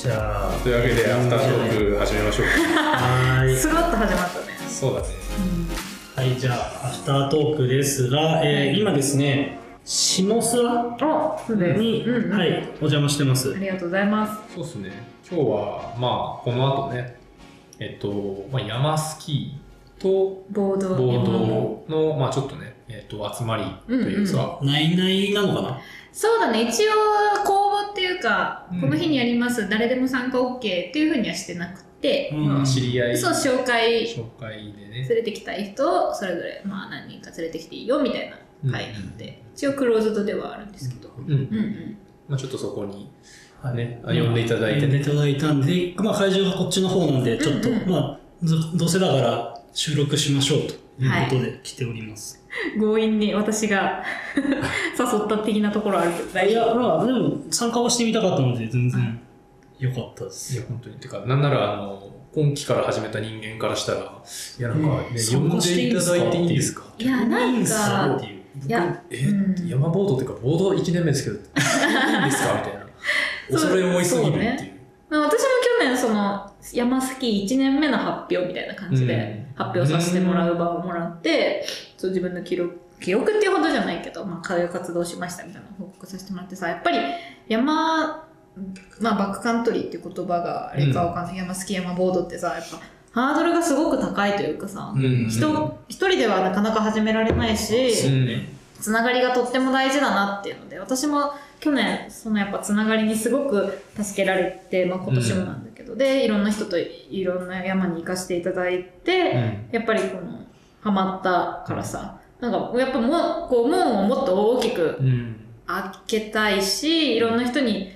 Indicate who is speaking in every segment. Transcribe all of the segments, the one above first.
Speaker 1: じゃあ
Speaker 2: というわけでアフタートーク始めましょうか
Speaker 1: はーい
Speaker 3: スロッと始まったね、
Speaker 2: そうだね
Speaker 1: はいじゃあアフタートークですが、えー今ですね下諏訪
Speaker 3: おそうだよ
Speaker 1: に、
Speaker 3: うんうん
Speaker 1: はいお邪魔してます
Speaker 3: ありがとうございます
Speaker 2: そうですね今日はまあこの後ねえっと、まあ、山スキーと
Speaker 3: ボード
Speaker 2: ボードの、まあ、ちょっとね、えっと、集まりというか、
Speaker 1: ないないなのかな
Speaker 3: そうだね一応公募っていうか、
Speaker 2: うん
Speaker 3: この日にやります誰でも参加 OK っていうふうにはしてなくて、
Speaker 1: うん
Speaker 2: まあ、知り合い
Speaker 3: そう紹介
Speaker 2: 紹介で
Speaker 3: 連
Speaker 2: ね
Speaker 3: れてきたい人をそれぞれまあ何人か連れてきていいよみたいな会なので、一応クローズドではあるんですけど、
Speaker 2: うん、
Speaker 3: うんうん、
Speaker 2: まあ、ちょっとそこに
Speaker 1: はい
Speaker 2: ねあ
Speaker 1: うん
Speaker 2: 呼んでいただいて
Speaker 1: 呼んでいただいたんで、まあ、会場はこっちの方なんでちょっと、
Speaker 3: うんうん
Speaker 1: まあどどうせだから収録しましょうということで来ております、
Speaker 3: 強引に私が 誘った的なところあるけど
Speaker 1: い、
Speaker 3: 大丈
Speaker 1: や
Speaker 3: 夫
Speaker 1: まあでも参加はしてみたかったので全然良かったで
Speaker 2: い
Speaker 1: す
Speaker 2: や本当にてかなんならあの今期から始めた人間からしたらいやなんか、ね
Speaker 1: うん
Speaker 2: 呼んでいただいていいですか
Speaker 3: いやなん
Speaker 1: そ
Speaker 3: か
Speaker 1: うっていう
Speaker 3: いや
Speaker 2: え、
Speaker 3: うん
Speaker 2: 山ボードっていうかボード1年目ですけどいいんですかみたいな
Speaker 3: そう
Speaker 2: 恐れ思いすぎるっていう
Speaker 3: そうまあ、私も去年その山スキー1年目の発表みたいな感じで
Speaker 2: うん
Speaker 3: 発表させてもらう場をもらって、そう自分の記録記録っていうほどじゃないけど、まあ、通う活動しましたみたいな報告させてもらってさやっぱり山、まあ、バックカントリーっていう言葉があれかわかんない、山スキー山ボードってさやっぱハードルがすごく高いというかさ、
Speaker 2: うん
Speaker 3: 人一人ではなかなか始められないし、
Speaker 2: うん
Speaker 3: つながりがとっても大事だなっていうので私も去年そのやっぱつながりにすごく助けられて、まあ、今年もなんだけど、でいろんな人といろんな山に行かせていただいて、やっぱりこのハマったからさなんかやっぱもうこう門をもっと大きく
Speaker 2: うん
Speaker 3: 開けたいしいろんな人に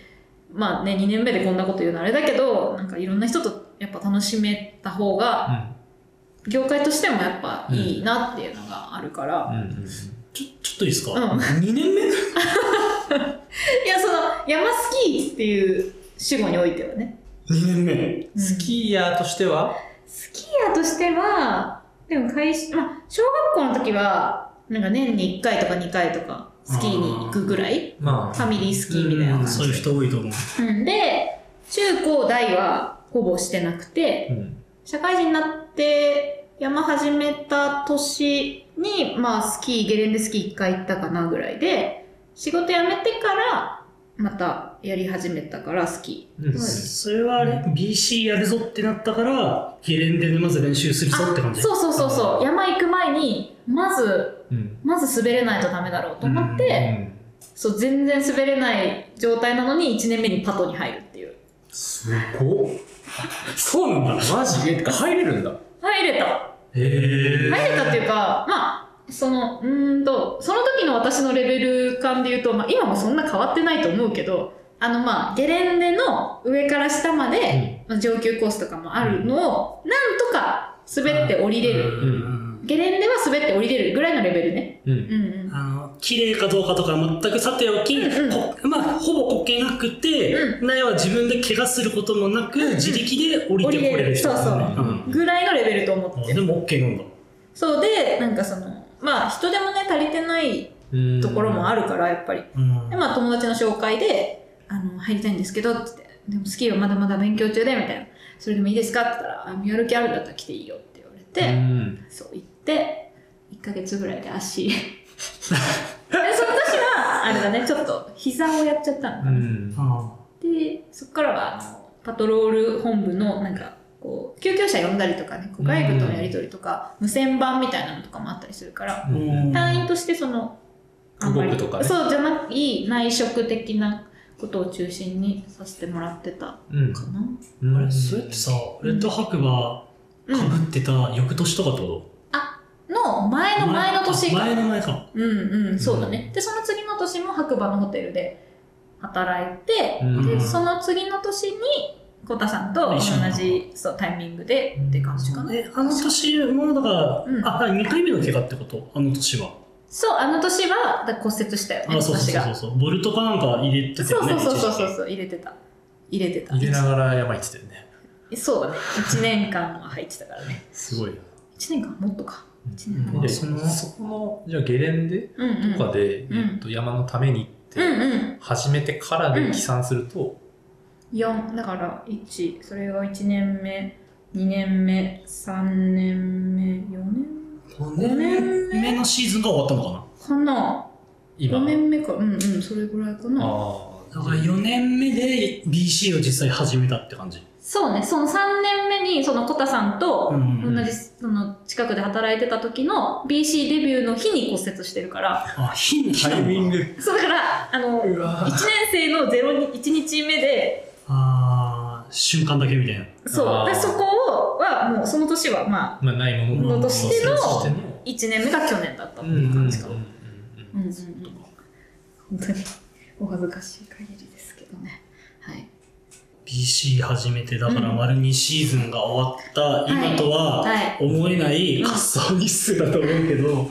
Speaker 3: まあね2年目でこんなこと言うのあれだけどなんかいろんな人とやっぱ楽しめた方が業界としてもやっぱいいなっていうのがあるから。
Speaker 2: うんうん
Speaker 1: ちょちょっといいですか、
Speaker 3: うん
Speaker 1: 2年目
Speaker 3: いや、その、山スキーっていう主語においてはね。
Speaker 1: 2年目
Speaker 3: うん
Speaker 2: スキーヤーとしては、
Speaker 3: スキーヤーとしては、でも会社、まあ、小学校の時は、なんか年に1回とか2回とか、スキーに行くぐらい、
Speaker 2: まあ、
Speaker 3: ファミリースキーみたいな
Speaker 1: うん
Speaker 3: 感
Speaker 1: そう
Speaker 3: じ
Speaker 1: いう人多いと思う
Speaker 3: うんで、中高大はほぼしてなくて、
Speaker 2: うん
Speaker 3: 社会人になって、山始めた年に、まあ、スキー、ゲレンデスキー1回行ったかなぐらいで、仕事辞めてから、またやり始めたから、スキー。
Speaker 2: うん
Speaker 3: そうです
Speaker 1: それはあれ BC やるぞってなったからゲレンデでまず練習するぞって感じ
Speaker 3: そうそうそうそう山行く前にまず
Speaker 2: うん
Speaker 3: まず滑れないとダメだろうと思って、
Speaker 2: うん
Speaker 3: そう全然滑れない状態なのに1年目にパトに入るっていう
Speaker 2: すごっ
Speaker 1: そうなんだ
Speaker 2: マジえ入れるんだ
Speaker 3: 入れた
Speaker 2: へえ
Speaker 3: 入れたっていうかまあそのうーんとその時の私のレベル感で言うと、まあ、今もそんな変わってないと思うけどあのまあゲレンデの上から下まで、まあ上級コースとかもあるのを、なんとか滑って降りれる、
Speaker 1: うん
Speaker 3: ゲレンデは滑って降りれるぐらいのレベルね
Speaker 2: うんう
Speaker 3: うんんうん
Speaker 1: あの綺麗かどうかとか全くさておき、
Speaker 3: うんうん
Speaker 1: こまあ、ほぼこけなくて、
Speaker 3: う
Speaker 1: 苗は自分で怪我することもなく、
Speaker 3: うんうん
Speaker 1: 自力で降りてこれる人
Speaker 3: 降りれるそう
Speaker 2: そ
Speaker 1: う
Speaker 2: う
Speaker 1: ん
Speaker 3: ぐらいのレベルと思って
Speaker 1: あでも OK なんだ
Speaker 3: そうでなんかそのまあ人でもね足りてない
Speaker 2: うん
Speaker 3: ところもあ
Speaker 2: る
Speaker 3: るからやっぱり
Speaker 1: うん
Speaker 3: でまあ友達の紹介で「あの入りたいんですけど」って言って「でもスキーはまだまだ勉強中で」みたいな「それでもいいですか?」って言ったらあ「やる気あるんだったら来ていいよ」って言われ
Speaker 2: う
Speaker 3: て、
Speaker 2: ん
Speaker 3: そう行って1ヶ月ぐらいで足 でその年はあれだねちょっと膝をやっちゃったのか
Speaker 2: う
Speaker 3: な、
Speaker 2: ん
Speaker 1: あ
Speaker 3: でそこからはあのパトロール本部のなんかこう救急車呼んだりとかねこう外部とのやり取りとか、無線版みたいなのとかもあったりするから、
Speaker 1: ーうん
Speaker 3: 隊員としてその
Speaker 2: 動くとかね
Speaker 3: そうじゃない内職的なことを中心にさせてもらってたか
Speaker 2: うん
Speaker 3: な、
Speaker 2: うん
Speaker 1: あれそれってさレッド白馬
Speaker 3: う
Speaker 1: か
Speaker 3: ん、
Speaker 1: ぶってた翌年とかってこ
Speaker 3: の前
Speaker 1: と、
Speaker 3: の前の年
Speaker 1: あ前の
Speaker 3: が
Speaker 1: 前か
Speaker 3: うんうんそうだねでその次の年も白馬のホテルで働いて、
Speaker 2: うん
Speaker 3: でその次の年にコタさんと同
Speaker 1: 一緒に
Speaker 3: じそうタイミングでって感じかな、
Speaker 1: えあの年もうだから、
Speaker 3: うん
Speaker 1: あ2回目の怪我ってことあの年は
Speaker 3: そうあの年はだ骨折したよね
Speaker 1: あそうそう
Speaker 3: 私が
Speaker 1: そうそうボルトかなんか入れてた
Speaker 3: そ
Speaker 1: よ
Speaker 3: う
Speaker 1: ね
Speaker 3: そうそ
Speaker 1: 一
Speaker 3: うそうそ
Speaker 1: 時
Speaker 3: う
Speaker 1: 期
Speaker 3: そう入れてた入れてた
Speaker 2: 入れながら山行ってたよね
Speaker 3: そうだね1年間は入ってたからね
Speaker 2: すごいな
Speaker 3: 1年間もっとか一年
Speaker 1: 半
Speaker 2: でそのそこのじゃあゲレンデ
Speaker 3: うんうん
Speaker 2: とかで、
Speaker 3: うん
Speaker 2: えっと、山のためにっ
Speaker 3: うん
Speaker 2: て
Speaker 3: うん
Speaker 2: 始めてからで起算すると、
Speaker 3: 4だから1それが1年目2年目3年目4年
Speaker 1: 5
Speaker 3: 年目
Speaker 1: のシーズンが終わったのか
Speaker 3: かな
Speaker 2: 今
Speaker 3: 4年目かうんうんそれぐらいかな
Speaker 2: ああ
Speaker 1: なだから4年目で BC を実際始めたって感じ
Speaker 3: そうねその3年目にそのコタさんと
Speaker 1: うんう
Speaker 3: 同
Speaker 1: ん
Speaker 3: じその近くで働いてた時の BC デビューの日に骨折してるから
Speaker 1: あ日に来たの
Speaker 2: タ
Speaker 1: か
Speaker 2: イミング
Speaker 3: そうだからあの1
Speaker 2: うわ
Speaker 3: 年生の01日目で
Speaker 1: あー瞬間だけみたいな
Speaker 3: そう
Speaker 2: あー
Speaker 3: だからそこをはもうその年はまあ
Speaker 2: まあないもの
Speaker 3: のとしての
Speaker 2: として
Speaker 3: 1年目が去年だったって
Speaker 2: うんうん
Speaker 3: い
Speaker 2: う
Speaker 3: う
Speaker 2: んうんう
Speaker 3: 感
Speaker 2: ん
Speaker 3: じかなうんうんうん本当にお恥ずかしい限りですけどねはい
Speaker 1: BC 始めてだから
Speaker 3: うん
Speaker 1: 丸2シーズンが終わった今とは
Speaker 3: はい
Speaker 1: 思えない滑走日数だと思うけど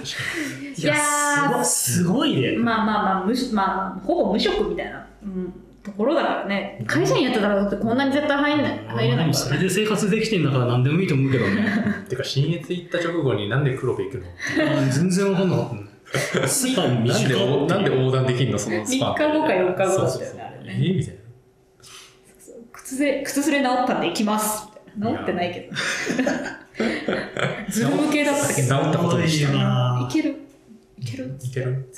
Speaker 1: いや
Speaker 3: いやー
Speaker 1: すごいすごいね
Speaker 3: まあまあまあ無し、まあまあ、ほぼ無職みたいな、うん、ところだからね会社員やってたらだってこんなに絶対入んない入ら
Speaker 1: で
Speaker 3: ない
Speaker 1: も
Speaker 3: か
Speaker 1: そ
Speaker 3: ら
Speaker 1: れ
Speaker 3: ね
Speaker 1: で生活できてんだから何でもいいと思うけど ね
Speaker 2: てか新越行った直後になんで黒部行くの
Speaker 1: 全然わかんなかったスパン
Speaker 2: なんで
Speaker 1: 短
Speaker 2: お
Speaker 1: い
Speaker 2: なんで横断できんのそのスパン
Speaker 3: 三日後か四日後だったよね
Speaker 2: そうそうそう
Speaker 3: あれね
Speaker 2: えみたいな
Speaker 3: 靴擦れ靴擦れ治ったんで行きますみたいな治ってないけどズーム系だったけ
Speaker 2: 治
Speaker 3: ど
Speaker 2: ったことにし
Speaker 1: すごい
Speaker 2: た
Speaker 1: ない
Speaker 3: けるいける
Speaker 2: いける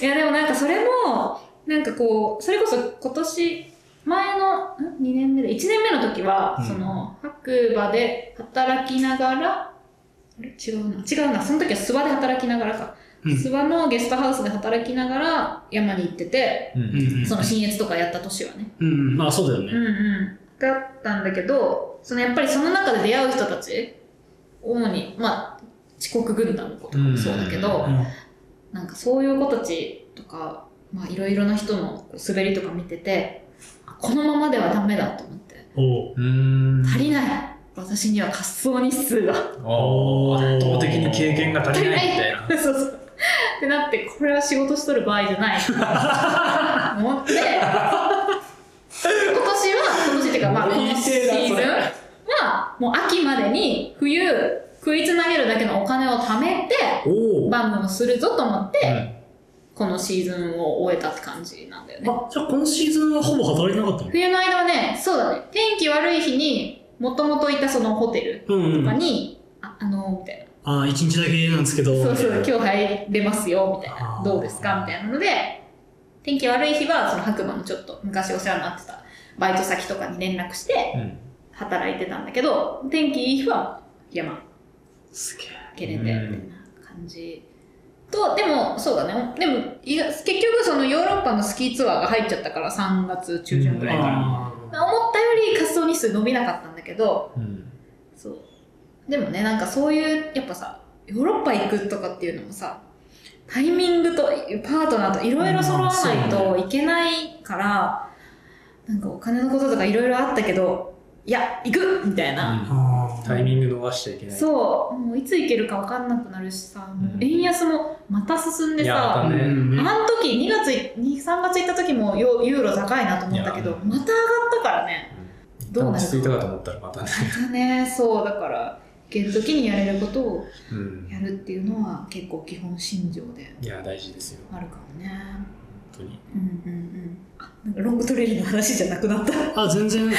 Speaker 3: いやでもなんかそれもなんかこうそれこそ今年前のん2年目で1年目の時は、
Speaker 1: うん
Speaker 3: その白馬で働きながらあれ違うな違うなその時は諏訪で働きながらか、
Speaker 1: うん
Speaker 3: 諏訪のゲストハウスで働きながら山に行ってて
Speaker 2: うん
Speaker 1: うんうん
Speaker 3: その新越とかやった年はね、
Speaker 1: うんまあそうだよ
Speaker 3: うん
Speaker 1: ね
Speaker 3: うん、だったんだけどそのやっぱりその中で出会う人たち主にまあ遅刻軍団のこともそうだけど、
Speaker 2: うんうんうん
Speaker 1: うん
Speaker 3: なんかそういう子たちとか、まあいろいろな人の滑りとか見てて、あこのままではダメだと思って。
Speaker 1: おう
Speaker 2: うーん
Speaker 3: 足りない私には滑走日数が足
Speaker 2: おー圧倒的に経験が足りないみたいな
Speaker 3: りないそうそう。ってなって、これは仕事しとる場合じゃない。と思って、今年は、今年っていうかまあ、このシーズンは、もう秋までに冬、食いつなげるだけのお金を貯めて、
Speaker 1: おう
Speaker 3: バンドもするぞと思って、
Speaker 2: うん
Speaker 3: このシーズンを終えたって感じなんだよね。
Speaker 1: あじゃあこのシーズンはほぼ働いてなかったの
Speaker 3: 冬の間はね、そうだね、天気悪い日に、もともといたそのホテル
Speaker 1: うんう
Speaker 3: と
Speaker 1: ん
Speaker 3: かに、ああのー、みたいな、
Speaker 1: ああ、一日だけなんですけど。
Speaker 3: そうそう、
Speaker 1: みたい
Speaker 3: 今日入れますよ、みたい
Speaker 1: あ
Speaker 3: な、
Speaker 1: ー
Speaker 3: どうですかみたいなので、天気悪い日は、その白馬のちょっと昔お世話になってたバイト先とかに連絡して、
Speaker 2: うん
Speaker 3: 働いてたんだけど、天気いい日は山、
Speaker 1: なすげえ。
Speaker 3: けれて、
Speaker 2: う
Speaker 3: みたい
Speaker 2: ん
Speaker 3: な感じ。と、でも、そうだね。でも、意外結局そのヨーロッパのスキーツアーが入っちゃったから、3月中旬ぐらいから。
Speaker 1: あー
Speaker 3: 思ったより活動日数伸びなかったんだけど
Speaker 2: うん
Speaker 3: そうでもねなんかそういうやっぱさヨーロッパ行くとかっていうのもさタイミングとパートナーといろいろ揃わないといけないから、なんかお金のこととかいろいろあったけどいや行くみたいな、
Speaker 2: うん
Speaker 1: あー
Speaker 2: タイミング逃しちゃいけない
Speaker 3: そうもういつ行けるか分かんなくなるしさ、もう
Speaker 2: うん
Speaker 3: 円安もまた進んで
Speaker 2: いやま
Speaker 3: さ
Speaker 2: たね
Speaker 1: うん
Speaker 3: あ
Speaker 1: ね
Speaker 3: の時2月23月行った時もヨユーロ高いなと思ったけど
Speaker 2: いや
Speaker 3: また上がったからね
Speaker 2: うん
Speaker 3: どうなる
Speaker 2: 落ち着いたかと思ったらまたね
Speaker 3: だねそうだから行ける時にやれることを
Speaker 2: うん
Speaker 3: やるっていうのは結構基本信条で
Speaker 2: いや大事ですよ
Speaker 3: あるかもね
Speaker 2: 本当に
Speaker 3: うんうんうんあなんかロングトレイルの話じゃなくな った
Speaker 1: あ、全然いいよ。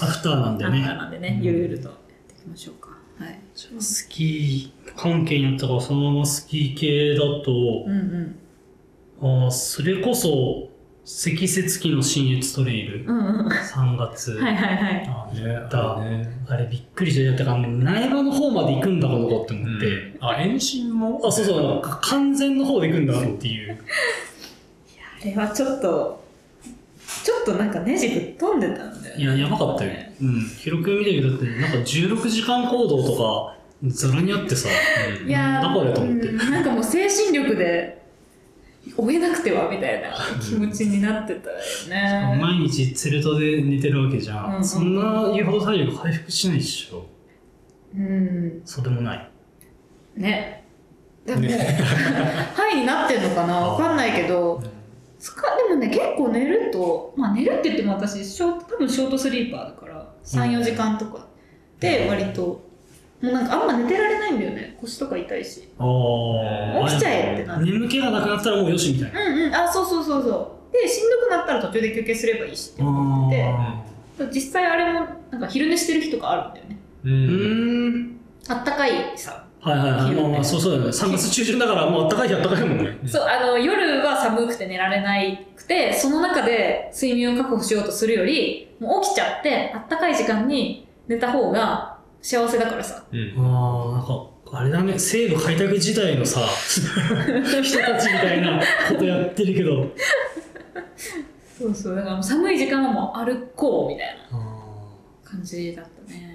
Speaker 1: アフターなんでね。
Speaker 3: なんでねゆるゆるとやっていきましょうかはい
Speaker 1: じゃあスキー関係になったから、そのままスキー系だと、
Speaker 3: うんうん
Speaker 1: あーそれこそ、積雪期の新越トレイル、
Speaker 3: うんうんは
Speaker 1: 3月。
Speaker 3: いはいはい
Speaker 2: あね
Speaker 1: だ
Speaker 2: あね
Speaker 1: あれびっくりした。だから、苗場の方まで行くんだ、この子って思って。
Speaker 2: うんあ遠心も
Speaker 1: あ、そうそう、か完全の方で行くんだっていう。
Speaker 3: あれはちょっとちょっとなんかネジぶっ飛んでたんだよ
Speaker 1: いや、やばかったよ。うん。広く見てるだって、なんか16時間行動とか、ざらにあってさ、
Speaker 2: うん
Speaker 3: いやー
Speaker 1: だからと思って
Speaker 3: うん、なんかもう精神力で追えなくてはみたいな気持ちになってたよね
Speaker 1: 毎日ツルトで寝てるわけじゃん。
Speaker 3: うんうん
Speaker 1: そんな言うほど体力回復しないでしょ。
Speaker 3: うん
Speaker 1: そうでもない。
Speaker 3: ねでも、
Speaker 2: ね
Speaker 3: はいになってんの かなわかんないけどそっかでもね結構寝るとまあ寝るって言っても私ショート多分ショートスリーパーだから
Speaker 1: う
Speaker 3: 34
Speaker 1: ん
Speaker 3: 時間とかで割と、もうなんかあんま寝てられないんだよね腰とか痛いし
Speaker 1: ああ。
Speaker 3: 起きちゃえってなる
Speaker 1: 眠気がなくなったらもうよしみたいな。
Speaker 3: うんうんあそうそうそうそうでしんどくなったら途中で休憩すればいいしって思ってて実際あれもなんか昼寝してる日とかあるんだよね
Speaker 2: う
Speaker 1: うんん
Speaker 3: あったかいさ
Speaker 1: はいはいはい
Speaker 3: 昼
Speaker 1: まあ
Speaker 3: ね
Speaker 1: まあそうそうだよね3月中旬だからもうあったかい日あったかいもんね
Speaker 2: うん
Speaker 3: そうあの夜は寒くて寝られないくてその中で睡眠を確保しようとするよりもう起きちゃってあったかい時間に寝た方が幸せだからさ
Speaker 2: うん
Speaker 1: ああなんかあれだね西部開拓時代の さ人たちみたいなことやってるけど
Speaker 3: そうそうだからもう寒い時間はもう歩こうみたいな
Speaker 1: あ
Speaker 3: 感じだったね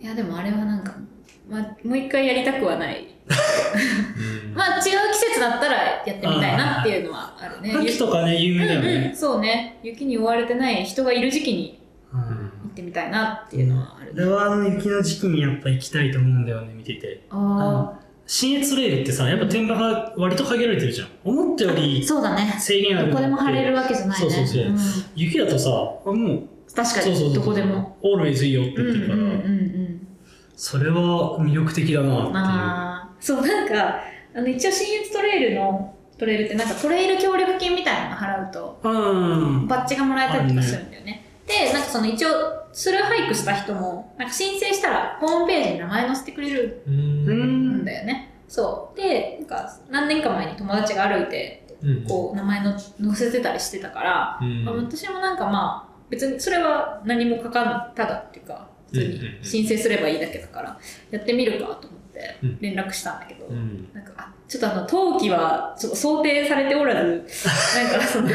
Speaker 3: いやでもあれはなんか、まあ、もう一回やりたくはないまあ違う季節だったらやってみたいなっていうのはあるね
Speaker 1: ー秋とかね有名だよ
Speaker 3: うんうん
Speaker 1: ね、
Speaker 3: そうね雪に覆われてない人がいる時期に
Speaker 1: うん
Speaker 3: 行ってみたいなっていうのはある、
Speaker 1: 俺はあの雪の時期にやっぱ行きたいと思うんだよね見ていて
Speaker 3: あ
Speaker 1: 新越レールってさやっぱ天板が割と限られてるじゃん思ったよ
Speaker 3: あ
Speaker 1: り
Speaker 3: そうだね
Speaker 1: 制限ある
Speaker 3: どこでも
Speaker 1: 晴
Speaker 3: 晴れるわけじゃない
Speaker 1: そ
Speaker 3: ね
Speaker 1: うそうそうん雪だとさあもう
Speaker 3: 確か
Speaker 1: そうそうそう
Speaker 3: にどこでも
Speaker 1: オールイズいいよって
Speaker 3: うん
Speaker 1: 言っ
Speaker 3: うん
Speaker 1: て
Speaker 3: うん
Speaker 1: るから、それは魅力的だなっ
Speaker 3: う
Speaker 1: てい
Speaker 3: ん
Speaker 1: う
Speaker 3: ああそうなんかあの一応信越トレイルのトレイルってなんかトレイル協力金みたいなの払うと
Speaker 1: うん
Speaker 3: バッジがもらえたりとかするんだよね。で、なんかその一応、スルーハイクした人も、なんか申請したらホームページに名前載せてくれる
Speaker 2: うんうん
Speaker 1: う
Speaker 3: うん
Speaker 1: ん
Speaker 3: だよね。そう。で、なんか何年か前に友達が歩いて、
Speaker 2: うん
Speaker 3: こう、名前の載せてたりしてたから、
Speaker 2: うん
Speaker 3: まあ私もなんかまあ、別にそれは何もかかんただっていうか、普通に
Speaker 2: うんうんうん
Speaker 3: 申請すればいいだけだから、やってみるかと思って
Speaker 2: うん
Speaker 3: 連絡したんだけど、
Speaker 2: うん
Speaker 3: なんか、あちょっとあの、冬季は、ちょっと想定されておら ず、なんか、その、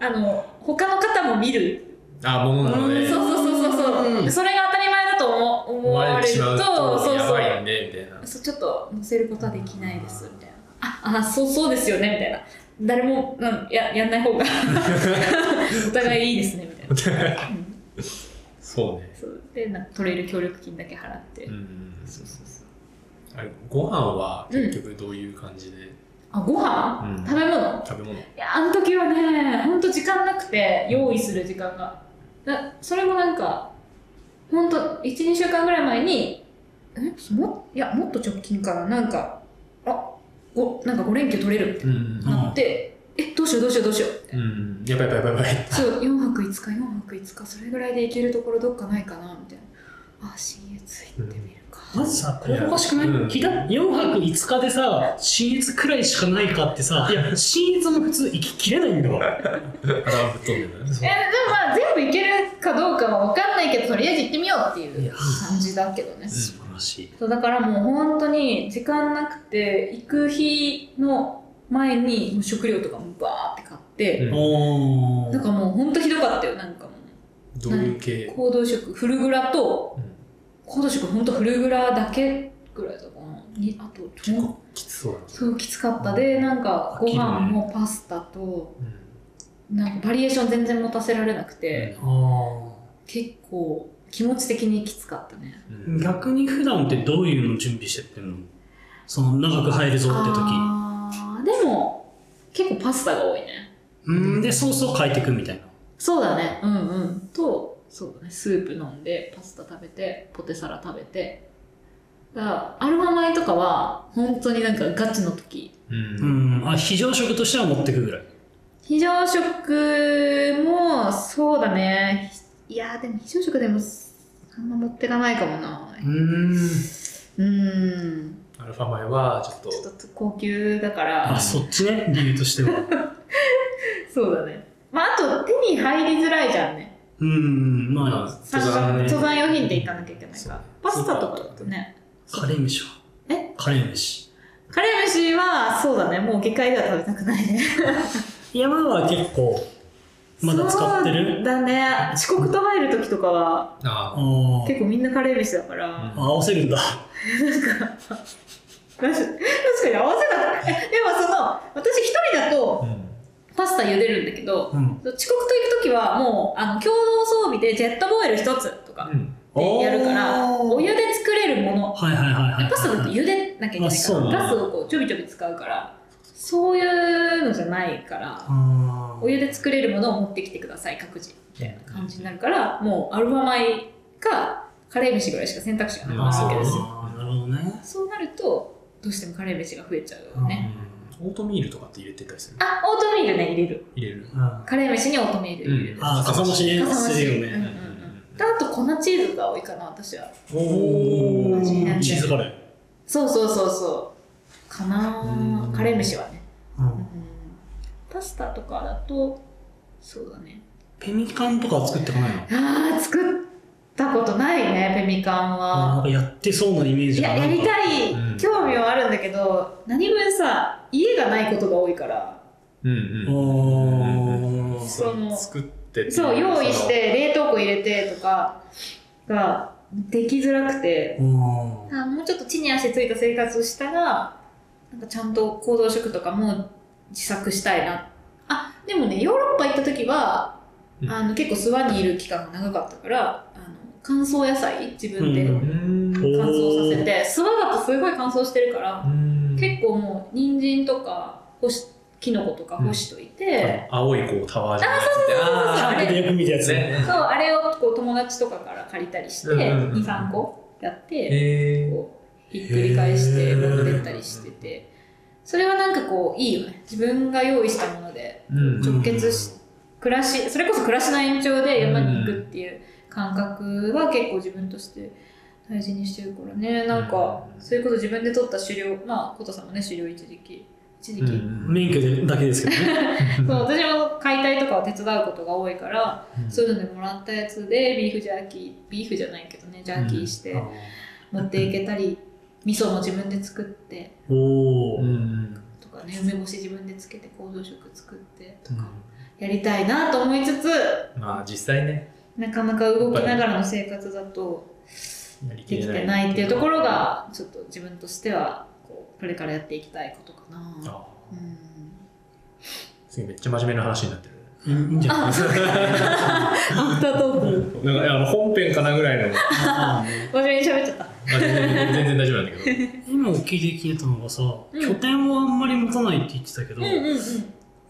Speaker 3: あの、他の方も見る。
Speaker 2: あものなの
Speaker 3: そう
Speaker 2: で
Speaker 3: そうそうそう。
Speaker 1: う
Speaker 3: それが当たり前だと思思
Speaker 2: 思わ
Speaker 3: わ
Speaker 2: れ
Speaker 3: れ
Speaker 2: て
Speaker 3: る
Speaker 2: しま
Speaker 3: と、
Speaker 2: う
Speaker 3: そ
Speaker 2: と
Speaker 3: う
Speaker 2: や
Speaker 3: そ
Speaker 2: ば
Speaker 3: う
Speaker 2: いんでみたいな
Speaker 3: そう。ちょっと載せることはできないです、みたいな。あ、あ、そう、そうですよね、みたいな。誰も、うん、や、やんない 方が、お互いいいですね、みたいな。 うん
Speaker 2: そうね
Speaker 3: そうで、なんかトレイル協力金だけ払って。
Speaker 2: うん
Speaker 3: そうそうそう。
Speaker 2: あれご飯は結局どういう感じで
Speaker 3: あ、ご飯、
Speaker 2: うん
Speaker 3: 食べ物
Speaker 2: 食べ物
Speaker 3: いやあの時はねほんと時間なくて用意する時間がなそれもなんかほんと12週間ぐらい前にえもいやもっと直近からなんかあごなんか5連休取れるみた
Speaker 2: う
Speaker 3: い
Speaker 2: ん
Speaker 3: になって、えどうしようどうしようどうしようみたいな
Speaker 2: うんやばいやばいやばいやばい
Speaker 3: そう4泊5日4泊5日それぐらいで行けるところどっかないかなみたいなあ新越行ってみるか、
Speaker 1: まずさ、これおかしくない
Speaker 2: いやうん
Speaker 1: 聞いた ?4 泊5日でさ、新越くらいしかないかってさ、いや、新越も普通行ききれないんだわ。
Speaker 2: 頭ぶっ飛んでるね
Speaker 3: えでもまあ全部行けるかどうかは分かんないけどとりあえず行ってみようってい
Speaker 1: いうや
Speaker 3: 感じだけどね
Speaker 1: 素晴らしい。
Speaker 3: そうだからもう本当に時間なくて行く日の前にもう食料とかもバーって買って、
Speaker 2: うん
Speaker 1: お
Speaker 3: なん
Speaker 1: ー。
Speaker 3: かもう本当ひどかったよなんかも
Speaker 2: どういう系
Speaker 3: う行動食フルグラと
Speaker 2: うん
Speaker 3: 行動食本当フルグラだけぐらいだかなにあとち
Speaker 2: 結
Speaker 3: ょ
Speaker 2: 構きつそうだな
Speaker 3: そうきつかったでなんかご飯もパスタと
Speaker 2: うん
Speaker 3: なんかバリエーション全然持たせられなくて、
Speaker 1: あー
Speaker 3: 結構気持ち的にきつかったね
Speaker 2: うん
Speaker 1: 逆に普段ってどういうの準備してってんのその長く入るぞって時。
Speaker 3: あーでも結構パスタが多いね
Speaker 1: うん、で、ソースを変えてくみたいな。
Speaker 3: そうだねうんうんとそうだねスープ飲んでパスタ食べてポテサラ食べてだからアルマ米とかは本当になんかガチの時
Speaker 2: うん
Speaker 1: うん、あ、非常食としては持ってくぐらい。
Speaker 3: 非常食もそうだねいやでも非常食でもあんま持ってかないかもな
Speaker 1: うん。
Speaker 3: うん
Speaker 2: アルファ米はちょっと
Speaker 3: ちょっと高級だか
Speaker 1: あ、
Speaker 3: ら
Speaker 1: そっちね、理由としては。
Speaker 3: そうだねまああと手に入りづらいじゃんね
Speaker 1: うん、
Speaker 2: まあ
Speaker 1: ま
Speaker 3: 山椒登山用品で行かなきゃいけないからパスタとかだとね
Speaker 1: あ、カレー飯は。
Speaker 3: え
Speaker 1: カレー飯。
Speaker 3: カレー飯はそうだねもう下界では食べたくないね
Speaker 1: 山は結構まだ使って
Speaker 3: そ
Speaker 1: る
Speaker 3: うだね遅刻と入る時とかは
Speaker 2: あ
Speaker 1: あー
Speaker 3: 結構みんなカレー飯だから、
Speaker 1: あ合わせるんだ
Speaker 3: 確かに合わせなくえでもその私一人だ
Speaker 2: あ
Speaker 3: と
Speaker 2: うん
Speaker 3: パスタ茹でるんだけど
Speaker 1: うん
Speaker 3: 遅刻と行く時はもうあの共同装備でジェットボイル一つとか
Speaker 2: うん
Speaker 3: でやるから
Speaker 1: おー
Speaker 3: お湯で作れるもの
Speaker 1: はいはいはいはい
Speaker 3: パスタだって茹でなきゃいけな
Speaker 1: あ
Speaker 3: いか
Speaker 1: そう
Speaker 3: ら
Speaker 1: なんだ
Speaker 3: ガスをこうちょびちょび使うからそういうのじゃないから
Speaker 1: あー
Speaker 3: お湯で作れるものを持ってきてください各自みたいな感じになるからもうアルバ米かカレー飯ぐらいしか選択肢がなくなるわけですよ
Speaker 1: あーなるほどね
Speaker 3: そうなるとどうしてもカレー飯が増えちゃうよね
Speaker 2: うんオートミールとかって入れてたりする
Speaker 3: あ、オートミールね、入れる。
Speaker 2: 入れる。
Speaker 1: あ
Speaker 3: カレー飯にオートミール入れる。
Speaker 1: あ、かさ増しね。
Speaker 3: かさ増し
Speaker 1: してるよ
Speaker 3: うん
Speaker 1: ね。
Speaker 3: であと粉チーズが多いかな、私は。
Speaker 1: お
Speaker 3: ー味変
Speaker 1: ー
Speaker 3: で
Speaker 1: チーズカレー。
Speaker 3: そうそうそうそう。かな
Speaker 2: うん
Speaker 3: カレー飯はね。
Speaker 1: うん
Speaker 3: パスタとかだと、そうだね。
Speaker 1: ペミカンとかは作ってこないの
Speaker 3: ああ、作ったことないね、ペミカン
Speaker 1: なん
Speaker 3: は。
Speaker 1: かやってそうなイメー
Speaker 3: い
Speaker 1: ジが
Speaker 3: や、
Speaker 1: な
Speaker 3: や
Speaker 1: んか
Speaker 3: りたい
Speaker 2: うん
Speaker 3: 興味はあるんだけど、何分さ、家がないことが多いから、
Speaker 2: うん
Speaker 1: お
Speaker 2: うん。
Speaker 1: ー
Speaker 3: その、
Speaker 2: 作ってってい
Speaker 3: そう、用意し。て、冷凍庫入れてとかができづらくて、
Speaker 1: おー
Speaker 3: あもうちょっと地に足ついた生活をしたら、なんかちゃんと行動食とかも自作したいな。あ、でもね、ヨーロッパ行った時は、
Speaker 2: うん
Speaker 3: あの結構諏訪にいる期間が長かったから、あの乾燥野菜自分で
Speaker 1: うん
Speaker 2: そのうん。
Speaker 3: 乾燥させて、諏訪だとすごい乾燥してるから、
Speaker 2: うん
Speaker 3: 結構もう人参とか干し、キノコとか干しといて、
Speaker 2: あの青いこうタワーじゃないです
Speaker 3: あ
Speaker 1: パークでよく見たやつね。
Speaker 2: ね。
Speaker 3: そうあれをこう友達とかから借りたりして
Speaker 2: うんうんうん
Speaker 3: 23個やって
Speaker 2: えー
Speaker 3: こうひっくり返して持ってったりしててそれはなんかこういいよね自分が用意したもので
Speaker 2: うん
Speaker 3: 直結し暮らしそれこそ暮らしの延長で山に行くっていう感覚は結構自分として大事にしてるからねなんか
Speaker 2: うん
Speaker 3: それこそ自分で取った狩猟まあコトさんもね狩猟一時期一時
Speaker 2: うんう
Speaker 3: 期
Speaker 2: ん
Speaker 1: 免許でだけですけどね。
Speaker 3: そう私も解体とかを手伝うことが多いから
Speaker 2: うん
Speaker 3: そういうのでもらったやつでビーフジャーキービーフじゃないけどねジャーキーして持っていけたり、味噌も自分で作って
Speaker 1: お
Speaker 2: う
Speaker 1: ー
Speaker 2: ん
Speaker 3: とかね梅干し自分でつけて構造食作ってとかやりたいなと思いつつ
Speaker 2: まあ実際ね、
Speaker 3: なかなか動きながらの生活だと
Speaker 2: やり
Speaker 3: で
Speaker 2: き
Speaker 3: き
Speaker 2: れ
Speaker 3: てないっていうところ。がちょっと自分としてはこうこれからやっていきたいことかな。
Speaker 2: あ
Speaker 3: うん
Speaker 2: すげえめっちゃ真面目な話になってる。
Speaker 1: いいいいんじゃない
Speaker 3: あ
Speaker 1: です
Speaker 3: そう
Speaker 1: か。
Speaker 3: アフタートーク
Speaker 2: なんかあの本編かなぐらいの、
Speaker 3: 真面目に喋っちゃった
Speaker 2: まあ全然全然大丈夫なんだけ ど。
Speaker 1: 今聞いて聞いたのがさ、
Speaker 3: うん
Speaker 1: 拠点をあんまり持たないって言ってたけど、
Speaker 3: うんうんうん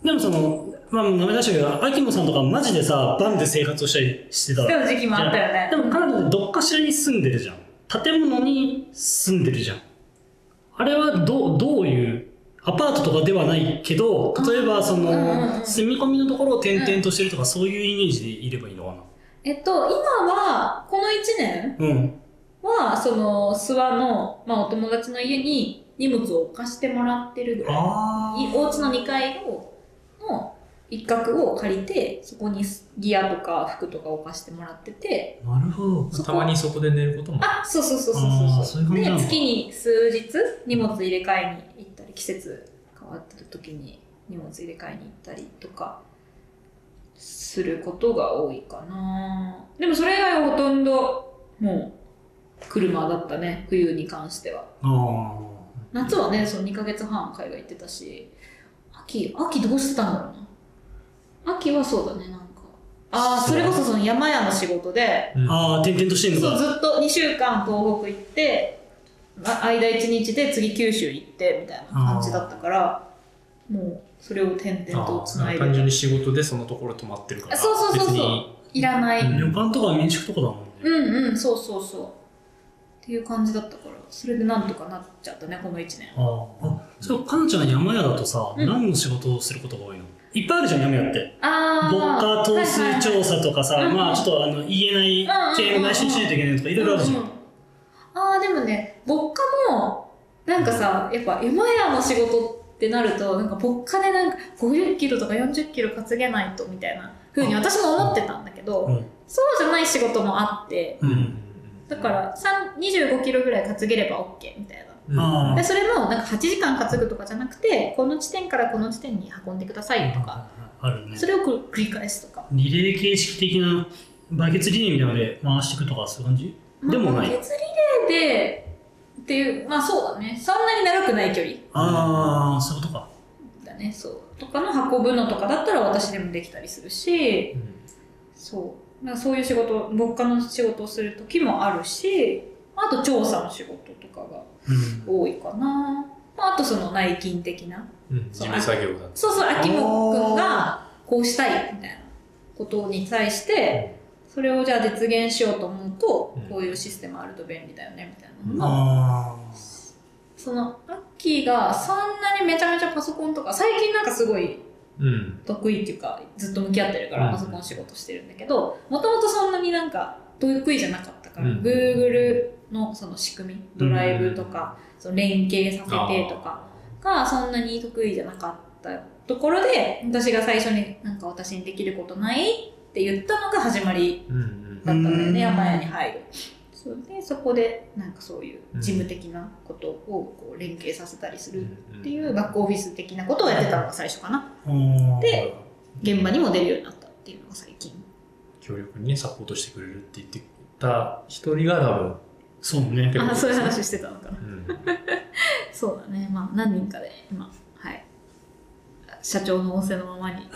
Speaker 1: でもその、まあ、名前出したけど、秋野さんとかマジでさ、バンで生活をしたりしてた。
Speaker 3: でも時期もあったよね
Speaker 1: でも彼女どっかしらに住んでるじゃん。建物に住んでるじゃん。あれはどう、どういう、アパートとかではないけど、例えばそ
Speaker 3: うんうんう
Speaker 1: の、
Speaker 3: ん
Speaker 1: 住み込みのところを転々としてるとか、そういうイメージでいればいいのか
Speaker 3: えっと、今は、この1年
Speaker 1: な。うん。
Speaker 3: は、その、諏訪の、まあ、お友達の家に荷物を貸してもらってるぐらい。
Speaker 1: あ
Speaker 3: いお家の2階を、の一角を借りて、そこにギアとか服とかを貸してもらってて、
Speaker 1: あ。なるほど。
Speaker 3: そ
Speaker 2: た
Speaker 3: こ
Speaker 2: まにそこで寝ることも。
Speaker 3: あ、そうそうそうそう
Speaker 1: あ
Speaker 3: そ
Speaker 1: ー
Speaker 3: う
Speaker 1: そういう感じ
Speaker 3: で
Speaker 1: な、の
Speaker 3: 月に数日、荷物入れ替えに行ったり、季節変わってる時に荷物入れ替えに行ったりとか、することが多いかなでもそれ以外はほとんど、もう、車だったね、冬に関しては。
Speaker 1: あ
Speaker 3: 夏はね、その2ヶ月半海外行ってたし、秋、秋どうしてたんだろうな。秋はそうだね、なんか。ああ、それこそその山屋の仕事で、
Speaker 2: うん
Speaker 1: あ。ああ、転々としてん
Speaker 3: そ
Speaker 1: の
Speaker 3: う
Speaker 1: か。
Speaker 3: ずっと2週間東北行って、ま、間1日で次九州行ってみたいな感じだったからもうそれを点々と
Speaker 2: あ
Speaker 3: つない
Speaker 2: 単純
Speaker 3: で
Speaker 2: に仕事でそのところ泊まってるから
Speaker 3: あそうそうそうそ
Speaker 2: 別
Speaker 3: う
Speaker 2: に
Speaker 3: いらない、
Speaker 2: うん
Speaker 1: 旅館とか民宿とかだもんね。
Speaker 3: うんうんそうそうそうっていう感じだったからそれでなんとかなっちゃったねこの1年
Speaker 1: あああ、そう、かなちゃん山屋だとさ、
Speaker 3: うん
Speaker 1: 何の仕事をすることが多いのいっぱいあるじゃん、山屋って。
Speaker 3: あ
Speaker 1: 牧歌
Speaker 3: ー
Speaker 1: 統数調査とかさ、
Speaker 3: はいはいはい
Speaker 1: まあちょっとあの言えない系を内心しないといけないとかいろいろあるじゃん。
Speaker 3: うんうんあーでもね牧歌もなんかさやっぱ山屋の仕事ってなるとなんか牧歌でなんか50キロとか40キロ担げないとみたいなふうに私も思ってたんだけど、
Speaker 1: うん
Speaker 3: そうじゃない仕事もあって
Speaker 1: う
Speaker 2: うん
Speaker 1: ん。
Speaker 3: だから3 25キロぐらい担げれば OK みたいな。
Speaker 2: うん
Speaker 1: あー
Speaker 3: でそれもなんか8時間担ぐとかじゃなくてこの地点からこの地点に運んでくださいとか、
Speaker 1: あるね
Speaker 3: そ。れを繰り返すとか
Speaker 1: リレー形式的なバケツリレーみたいなので回していくとかそういう感じでもない
Speaker 3: まあバケツリレーでっていうまあそうだねそんなに長くない距離
Speaker 1: ああ、そういうことか。
Speaker 3: だねそうとかの運ぶのとかだったら私でもできたりするし
Speaker 2: うん
Speaker 3: そうまあそういう仕事牧歌の仕事をする時もあるしあと調査の仕事とかが
Speaker 1: うん。
Speaker 3: 多いかな、まあ、あとその内勤的な
Speaker 2: うん事務作業だ
Speaker 3: そうそう秋元くんがこうしたいみたいなことに対してそれをじゃあ実現しようと思うと
Speaker 2: うん
Speaker 3: こういうシステムあると便利だよねみたいなのも
Speaker 1: あ
Speaker 3: そのキーがそんなにめちゃめちゃパソコンとか最近なんかすごい
Speaker 2: うん。
Speaker 3: 得意っていうかずっと向き合ってるか
Speaker 2: う
Speaker 3: ら
Speaker 2: ん
Speaker 3: パソコン仕事してるんだけどもともとそんなになんか得意じゃなかったから、
Speaker 2: うん
Speaker 3: Google のその仕組みドライブとか、その連携させてとかがそんなに得意じゃなかったところで私が最初になんか私にできることないって言ったのが始まり
Speaker 2: うんうん
Speaker 3: だったんだよね
Speaker 1: うん
Speaker 3: 山屋に入る。それでそこでなんかそういう事務的なことをこう連携させたりするっていうバックオフィス的なことをやってたのが最初かなで現場にも出るようになったっていうのが最近
Speaker 2: 強力にねサポートしてくれるって言ってた一人が多分
Speaker 1: そうね
Speaker 2: でも
Speaker 3: あそういう話してたのかな、
Speaker 2: うん
Speaker 3: そうだねまあ何人かで今はい社長の仰せのままに こ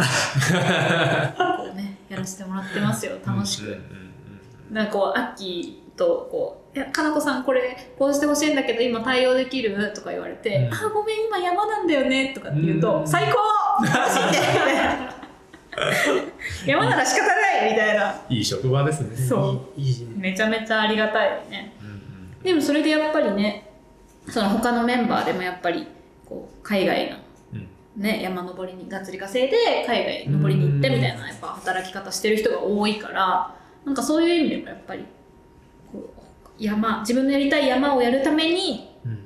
Speaker 3: うねやらせてもらってますよ楽し
Speaker 2: うんう
Speaker 3: く
Speaker 2: ん
Speaker 3: なんかこうアッキーとこういや「かなこさんこれこうしてほしいんだけど今対応できる?」とか言われて
Speaker 2: う
Speaker 3: 「
Speaker 2: ん
Speaker 3: あごめん今山なんだよね」とかって言うと
Speaker 2: う
Speaker 3: 「
Speaker 2: ん
Speaker 3: 最高楽 しいね」山なら仕方ないみたいな
Speaker 2: うんいい職場ですね
Speaker 3: そ
Speaker 1: いいいいね
Speaker 3: めちゃめちゃありがたいよね
Speaker 2: うんうん
Speaker 3: でもそれでやっぱりねその他のメンバーでもやっぱりこう海外の、
Speaker 2: うん
Speaker 3: ね、山登りにがっつり稼いで海外登りに行ってみたいなやっぱ働き方してる人が多いからなんかそういう意味でもやっぱりこう山自分のやりたい山をやるために
Speaker 2: うん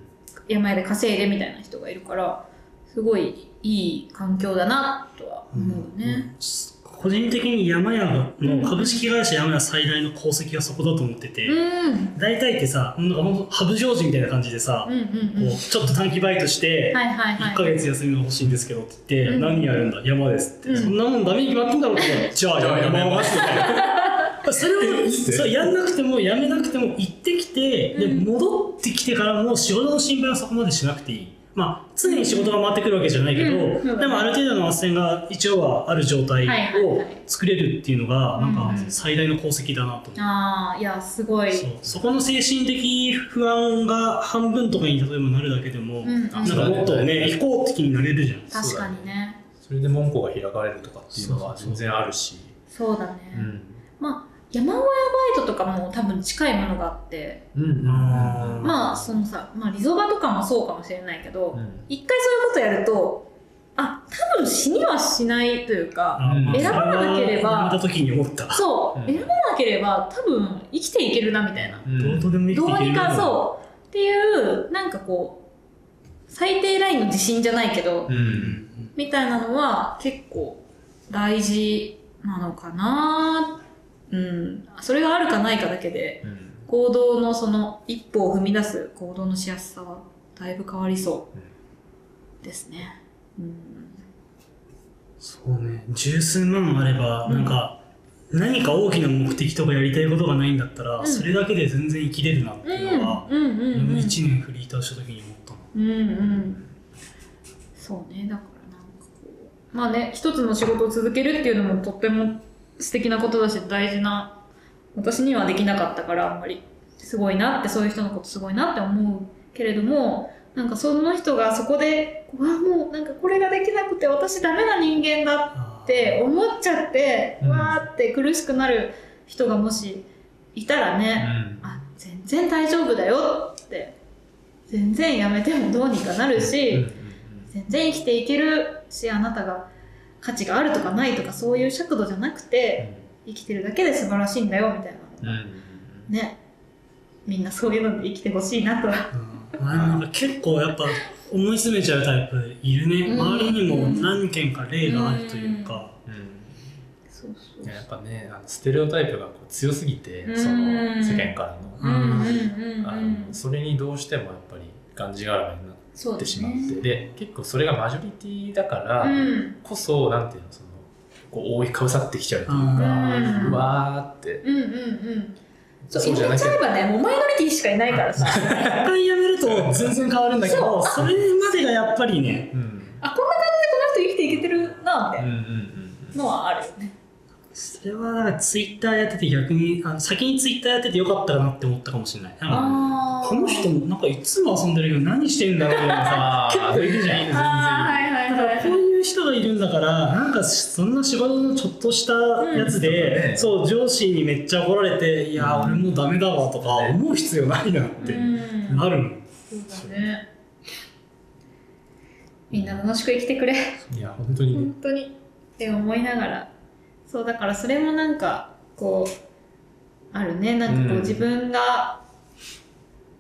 Speaker 3: 山屋で稼いでみたいな人がいるからすごいいい環境だなとは思うね。
Speaker 1: 個人的に山屋の株式会社山屋最大の功績はそこだと思ってて、
Speaker 3: うん、うん
Speaker 1: 大体ってさなんかほんとハブ上司みたいな感じでさ、
Speaker 3: うんうん
Speaker 1: こうちょっと短期バイトして、
Speaker 3: はいはい
Speaker 1: 1
Speaker 3: は
Speaker 1: ヶ
Speaker 3: い。
Speaker 1: 月休みが欲しいんですけどって言って、
Speaker 3: うん
Speaker 1: 何やるんだ山ですって、
Speaker 3: うん
Speaker 1: そんなもんダメに決まってんだろうけどじゃあ
Speaker 2: じゃあ
Speaker 1: や
Speaker 2: や
Speaker 1: め
Speaker 2: め
Speaker 1: ま
Speaker 2: ますす
Speaker 1: みたいなそれを
Speaker 2: え って
Speaker 1: そうやんなくてもやめなくても行ってきて、
Speaker 3: うん
Speaker 1: で戻ってきてからも仕事の心配はそこまでしなくていいまあ常に仕事が回ってくるわけじゃないけど、
Speaker 3: うんうん
Speaker 1: でもある程度の斡旋が一応はある状態
Speaker 3: はいはい
Speaker 1: を
Speaker 3: はい
Speaker 1: 作れるっていうのがなんか
Speaker 3: うん
Speaker 1: 最大の功績だなと思う
Speaker 3: ああいやすごい。
Speaker 1: そうそこの精神的不安が半分とかに例えばなるだけでも、
Speaker 3: うんうん
Speaker 1: なんかもっとね飛行的になれるじゃん
Speaker 3: 確かにね。
Speaker 2: それで門戸が開かれるとかっていうのは
Speaker 1: そうそうそう
Speaker 2: 全然あるし
Speaker 3: そうだね。
Speaker 2: うん
Speaker 3: まあ山小屋バイトとかも多分近いものがあって
Speaker 2: うんうんうんうん
Speaker 3: まあそのさ、まあ、リゾバとかもそうかもしれないけど、
Speaker 2: うん
Speaker 3: 一回そういうことやるとあ多分死にはしないというか
Speaker 1: あまあ
Speaker 2: 選
Speaker 3: ばなけ
Speaker 1: それ
Speaker 3: れば
Speaker 1: はやめた時に思った
Speaker 3: そう、
Speaker 2: うん
Speaker 3: 選ばなければ多分生きていけるなみたいな、
Speaker 2: うん
Speaker 1: どうとでも生
Speaker 3: ど
Speaker 1: きてい
Speaker 3: う
Speaker 1: け
Speaker 3: に
Speaker 1: る
Speaker 3: か
Speaker 1: う
Speaker 3: そうっていうなんかこう最低ラインの自信じゃないけど、
Speaker 2: う
Speaker 1: うんん
Speaker 3: みたいなのは結構大事なのかなうんそれがあるかないかだけで
Speaker 2: うん
Speaker 3: 行動のその一歩を踏み出す行動のしやすさはだいぶ変わりそうですね。うん、
Speaker 1: そうね十数万あればなんか、何か大きな目的とかやりたいことがないんだったら、
Speaker 3: うん
Speaker 1: それだけで全然生きれるなって
Speaker 3: うん
Speaker 1: いうのは、
Speaker 3: うんう
Speaker 1: 一
Speaker 3: んうん
Speaker 1: 1年フリーターした時に思ったの
Speaker 3: うんうんそうねだからなんかこうまあね一つの仕事を続けるっていうのもとっても素敵なことだし大事な私にはできなかったからあんまりすごいなってそういう人のことすごいなって思うけれどもなんかその人がそこでうわもうなんかこれができなくて私ダメな人間だっ
Speaker 1: あー
Speaker 3: って思っちゃって、
Speaker 2: うん
Speaker 3: わーって苦しくなる人がもしいたら
Speaker 2: う
Speaker 3: ね、
Speaker 2: ん
Speaker 3: あ全然大丈夫だよって全然やめてもどうにかなるし、
Speaker 2: うん
Speaker 3: 全然生きていけるしあなたが価値があるとかないとかそういう尺度じゃなくて生きてるだけで素晴らしいんだよみたい
Speaker 2: うんう
Speaker 3: な、
Speaker 2: ん
Speaker 3: ねみんなそういうので生きてほしいなとは
Speaker 1: うんあなんか結構やっぱ思い詰めちゃうタイプいるね、
Speaker 3: うん
Speaker 1: 周りにも何件か例があるというか、
Speaker 2: うん
Speaker 3: そうそう
Speaker 2: いややっぱねあのステレオタイプがこう強すぎて
Speaker 3: うん
Speaker 2: その世間からの,、
Speaker 3: うんうんうん
Speaker 2: あ
Speaker 3: うん
Speaker 2: のそれにどうしてもやっぱりがんじがらめになっ
Speaker 3: そう
Speaker 2: て
Speaker 3: で
Speaker 2: し
Speaker 3: す
Speaker 2: まって、
Speaker 3: ね
Speaker 2: で結構それがマジョリティだから
Speaker 3: うん
Speaker 2: こそ、なんていうのそのこう覆いかぶさってきちゃうというか、
Speaker 3: う
Speaker 2: うんわーって
Speaker 3: うんうんうんそう
Speaker 2: そうじゃな
Speaker 3: 言っ
Speaker 2: く
Speaker 3: ちゃ
Speaker 2: て
Speaker 3: えばねもうマイノリティしかいないか らさ
Speaker 1: 一回やめると全然変わるんだけどそれまでがやっぱりね
Speaker 2: うん
Speaker 3: あこんな感じでこの人生きていけてるなみ
Speaker 2: うんう
Speaker 3: たい
Speaker 2: んうん
Speaker 3: なのはあるよね
Speaker 1: それはなんかツイッターやってて逆にあの先にツイッターやっててよかったかなって思ったかもしれないなんか
Speaker 3: あー
Speaker 1: この人なんかいつも遊んでるけど何してんだろうみたいなさ
Speaker 2: あ
Speaker 1: 結構いるじゃん
Speaker 2: いいね全然
Speaker 3: あーはいはい
Speaker 1: だか
Speaker 3: はい
Speaker 1: らこういう人がいるんだからなんかそんな仕事のちょっとしたやつで、
Speaker 2: うん
Speaker 1: そう上司にめっちゃ怒られていや
Speaker 2: うん
Speaker 1: 俺もうダメだわとか思う必要ないなって
Speaker 3: うん
Speaker 1: なるもん
Speaker 3: そうだねみんな楽しく生きてくれ
Speaker 2: いや、本当にね
Speaker 3: 本当にって思いながらそうだからそれもなんかこうあるねなんかこ
Speaker 2: う
Speaker 3: うん自分が、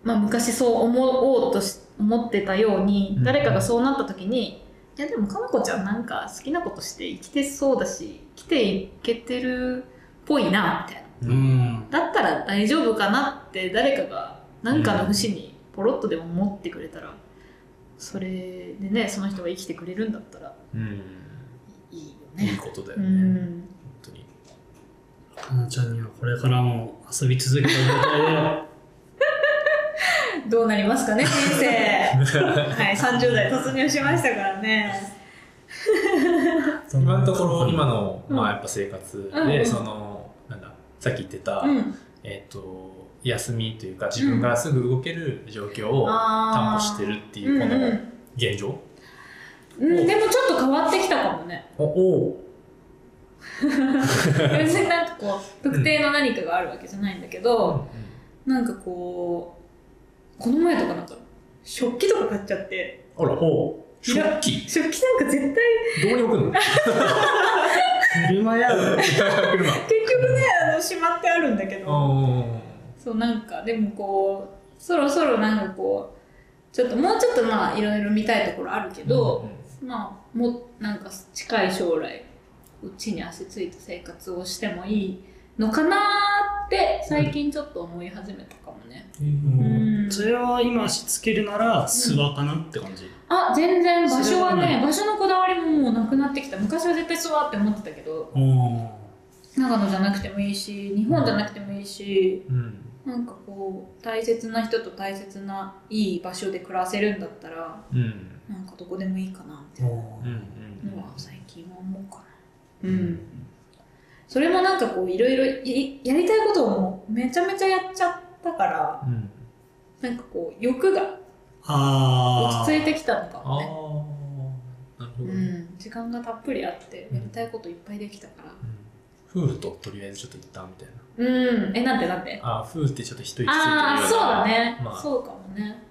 Speaker 3: まあ、昔そう思おうとし思ってたように
Speaker 2: うん
Speaker 3: 誰かがそうなった時に、いやでもかなこちゃんなんか好きなことして生きてそうだし生きていけてるっぽいなみたいな
Speaker 1: うん
Speaker 3: だったら大丈夫かなって誰かが何かの節にポロッとでも思ってくれたら、それでねその人が生きてくれるんだったら
Speaker 2: うん、
Speaker 3: いいよね
Speaker 2: いいことだよ
Speaker 3: う
Speaker 2: ね。本
Speaker 3: ん
Speaker 2: 当に。
Speaker 1: かなちゃんにはこれからも遊び続けてもらいたいね
Speaker 3: どうなりますかね人生はい30代突入しましたからね
Speaker 2: 今のところ、今の、まあ、やっぱ生活
Speaker 3: うんう
Speaker 2: で、
Speaker 3: ん
Speaker 2: その、なんだ、さっき言ってた、
Speaker 3: うん
Speaker 2: えっと、休みというか、自分がすぐ動ける状況を担
Speaker 3: あ
Speaker 2: 保
Speaker 3: あ
Speaker 2: してるっていうう、
Speaker 3: ん
Speaker 2: こ
Speaker 3: う
Speaker 2: の
Speaker 3: ん
Speaker 2: 現状。
Speaker 3: うん、でもちょっと変わってきたかも ね
Speaker 2: おお
Speaker 3: 別になんかこう特定の何かがあるわけじゃないんだけど、
Speaker 2: ー
Speaker 3: なんかこうこの前とかなんか食器とか買っちゃって
Speaker 2: あら、
Speaker 1: お
Speaker 3: いや
Speaker 2: 食器
Speaker 3: 食器なんか絶
Speaker 2: ど
Speaker 3: 対
Speaker 2: こに置くの
Speaker 1: 車やろ
Speaker 2: 車。
Speaker 3: 結局ねあのしまってあるんだけど
Speaker 2: あ
Speaker 3: そうなんかでもこうそろそろなんかこうちょっともうちょっとまあいろいろ見たいところあるけ
Speaker 2: ー
Speaker 3: ど、まあもうなんか近い将来うちに足ついた生活をしてもいいのかなーって最近ちょっと思い始めたかもね、
Speaker 2: うん
Speaker 3: うん
Speaker 1: それは今しつけるなら諏訪かなって感じ、
Speaker 3: あ全然場所は
Speaker 1: それは
Speaker 3: ね
Speaker 1: ね
Speaker 3: 場所のこだわりももうなくなってきた昔は絶対そうって思ってたけど
Speaker 1: おー
Speaker 3: 長野じゃなくてもいいし日本じゃなくてもいいし、
Speaker 2: うん。
Speaker 3: なんかこう大切な人と大切ないい場所で暮らせるんだったら
Speaker 2: うん。
Speaker 3: なんかどこでもいいかなみたい
Speaker 1: お
Speaker 2: うん。う
Speaker 1: ー
Speaker 3: なの
Speaker 2: ん
Speaker 3: は最近は思うかなうん。それもなんかこういろいろいやりたいことをもうめちゃめちゃやっちゃったから
Speaker 2: うん。
Speaker 3: なんかこう欲が落
Speaker 1: あ
Speaker 3: ち着いてきたのか
Speaker 2: あ
Speaker 3: も
Speaker 2: あな
Speaker 3: ね、
Speaker 2: る
Speaker 3: う
Speaker 2: ほどね。
Speaker 3: ん、時間がたっぷりあってやりたいこといっぱいできたから
Speaker 2: 夫婦ととりあえずちょっと一旦みたいな。
Speaker 3: うんえなんてなんて
Speaker 2: あー夫婦ってちょっと一息ついてるような
Speaker 3: ああそうだね、
Speaker 2: まあ
Speaker 3: そうかもね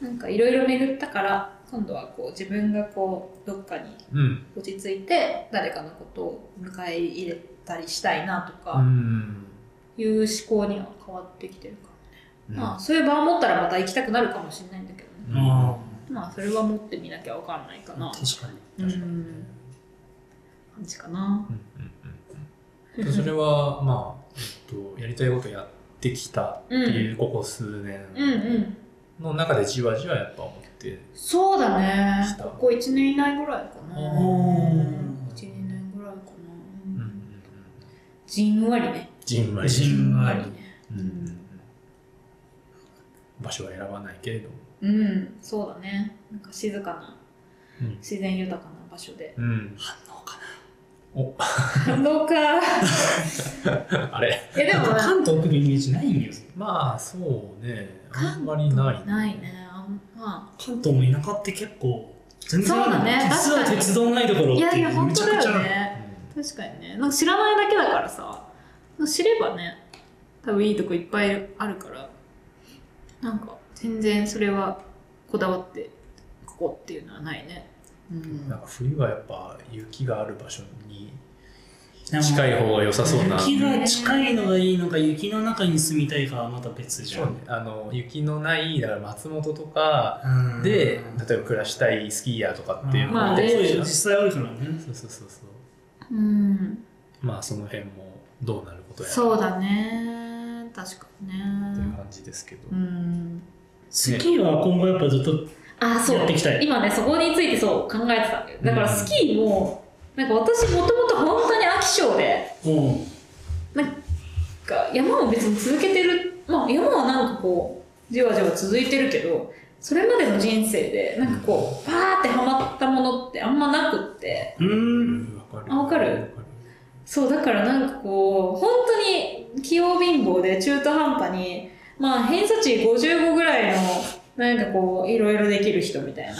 Speaker 3: なんかいろいろ巡ったから今度はこう自分がこうどっかに
Speaker 2: うん。
Speaker 3: 落ち着いて誰かのことを迎え入れたりしたいなと
Speaker 2: う
Speaker 3: か
Speaker 2: ん。
Speaker 3: いう思考には変わってきてるか
Speaker 2: う
Speaker 3: ら、
Speaker 2: ん
Speaker 3: まあそういう場を持ったらまた行きたくなるかもしれないんだけどね
Speaker 2: うん
Speaker 1: あ
Speaker 3: まあそれは持ってみなきゃわかんないか
Speaker 1: ー
Speaker 3: な
Speaker 1: 確かに
Speaker 3: うん感じかな
Speaker 2: うんうんうんそれはまあ、えっと、やりたいことやってきたっ
Speaker 3: う
Speaker 2: てい
Speaker 3: ん
Speaker 2: うここ数
Speaker 3: うんう
Speaker 2: 年
Speaker 3: ん
Speaker 2: の中でじわじわやっぱ思って
Speaker 3: そうだね
Speaker 2: した
Speaker 3: ここ1年以内ぐらいかな
Speaker 1: うん
Speaker 3: 1年ぐらいかな、う
Speaker 2: うんんうんうん
Speaker 3: じんわりね
Speaker 2: じんわり
Speaker 1: じんわり
Speaker 3: ね
Speaker 2: うんうんうん場所は選ばないけれども
Speaker 3: うんそうだねなんか静かな
Speaker 2: うん
Speaker 3: 自然豊かな場所で
Speaker 2: うん
Speaker 1: 反応か
Speaker 3: 感動か
Speaker 2: あれ
Speaker 3: いやで
Speaker 1: な
Speaker 3: も
Speaker 1: なんか関東来るイメージないんよ
Speaker 2: まあそうねあんまりない
Speaker 3: ないねあんま
Speaker 1: 関東も田舎って結構全然
Speaker 3: そうだね
Speaker 1: 実は
Speaker 3: 確かに
Speaker 1: 鉄道ないところっ
Speaker 3: い
Speaker 1: て
Speaker 3: やいや本
Speaker 1: めち
Speaker 3: 当
Speaker 1: ゃ
Speaker 3: だ
Speaker 1: くちゃ
Speaker 3: よ
Speaker 1: ある
Speaker 3: ね確かにねなんか知らないだけだからさ知ればね多分いいとこいっぱいあるからなんか全然それはこだわってここっていうのはないねう
Speaker 2: うんなん
Speaker 3: ん
Speaker 2: か冬はやっぱ雪がある場所に
Speaker 1: でも
Speaker 2: 近い方が良さそうな
Speaker 1: 雪が近いのがいいのか雪の中に住みたいかはまた別じ
Speaker 2: そ
Speaker 1: ゃ
Speaker 2: うんね、あの雪のないだから松本とか
Speaker 1: うん
Speaker 2: で、例えば暮らしたいスキーヤーとかっていうの
Speaker 1: まあ
Speaker 3: で
Speaker 1: 多い
Speaker 2: そ
Speaker 1: 実
Speaker 2: う
Speaker 1: 際多いからね
Speaker 2: そうそうそう
Speaker 3: うん
Speaker 2: まあその辺もどうなることやら
Speaker 3: そうだね確かに
Speaker 2: っていう
Speaker 3: ね
Speaker 2: 感じですけど、
Speaker 3: うん
Speaker 1: スキーは今後やっぱずっと
Speaker 3: あそう
Speaker 1: やっていきたい
Speaker 3: 今ねそこについてそう考えてたんだよだからスキーもなんか私もともと本当に飽き性で
Speaker 1: うん
Speaker 3: なんか山を別に続けてる、まあ、山はなんかこうじわじわ続いてるけどそれまでの人生でなんかこうパーってハマったものってあんまなくって
Speaker 1: う
Speaker 2: うんんわかる
Speaker 3: あわかる
Speaker 2: わか
Speaker 3: そうだからなんかこう本当に器用貧乏で中途半端にまあ偏差値55ぐらいのなんかこういろいろできる人みたいな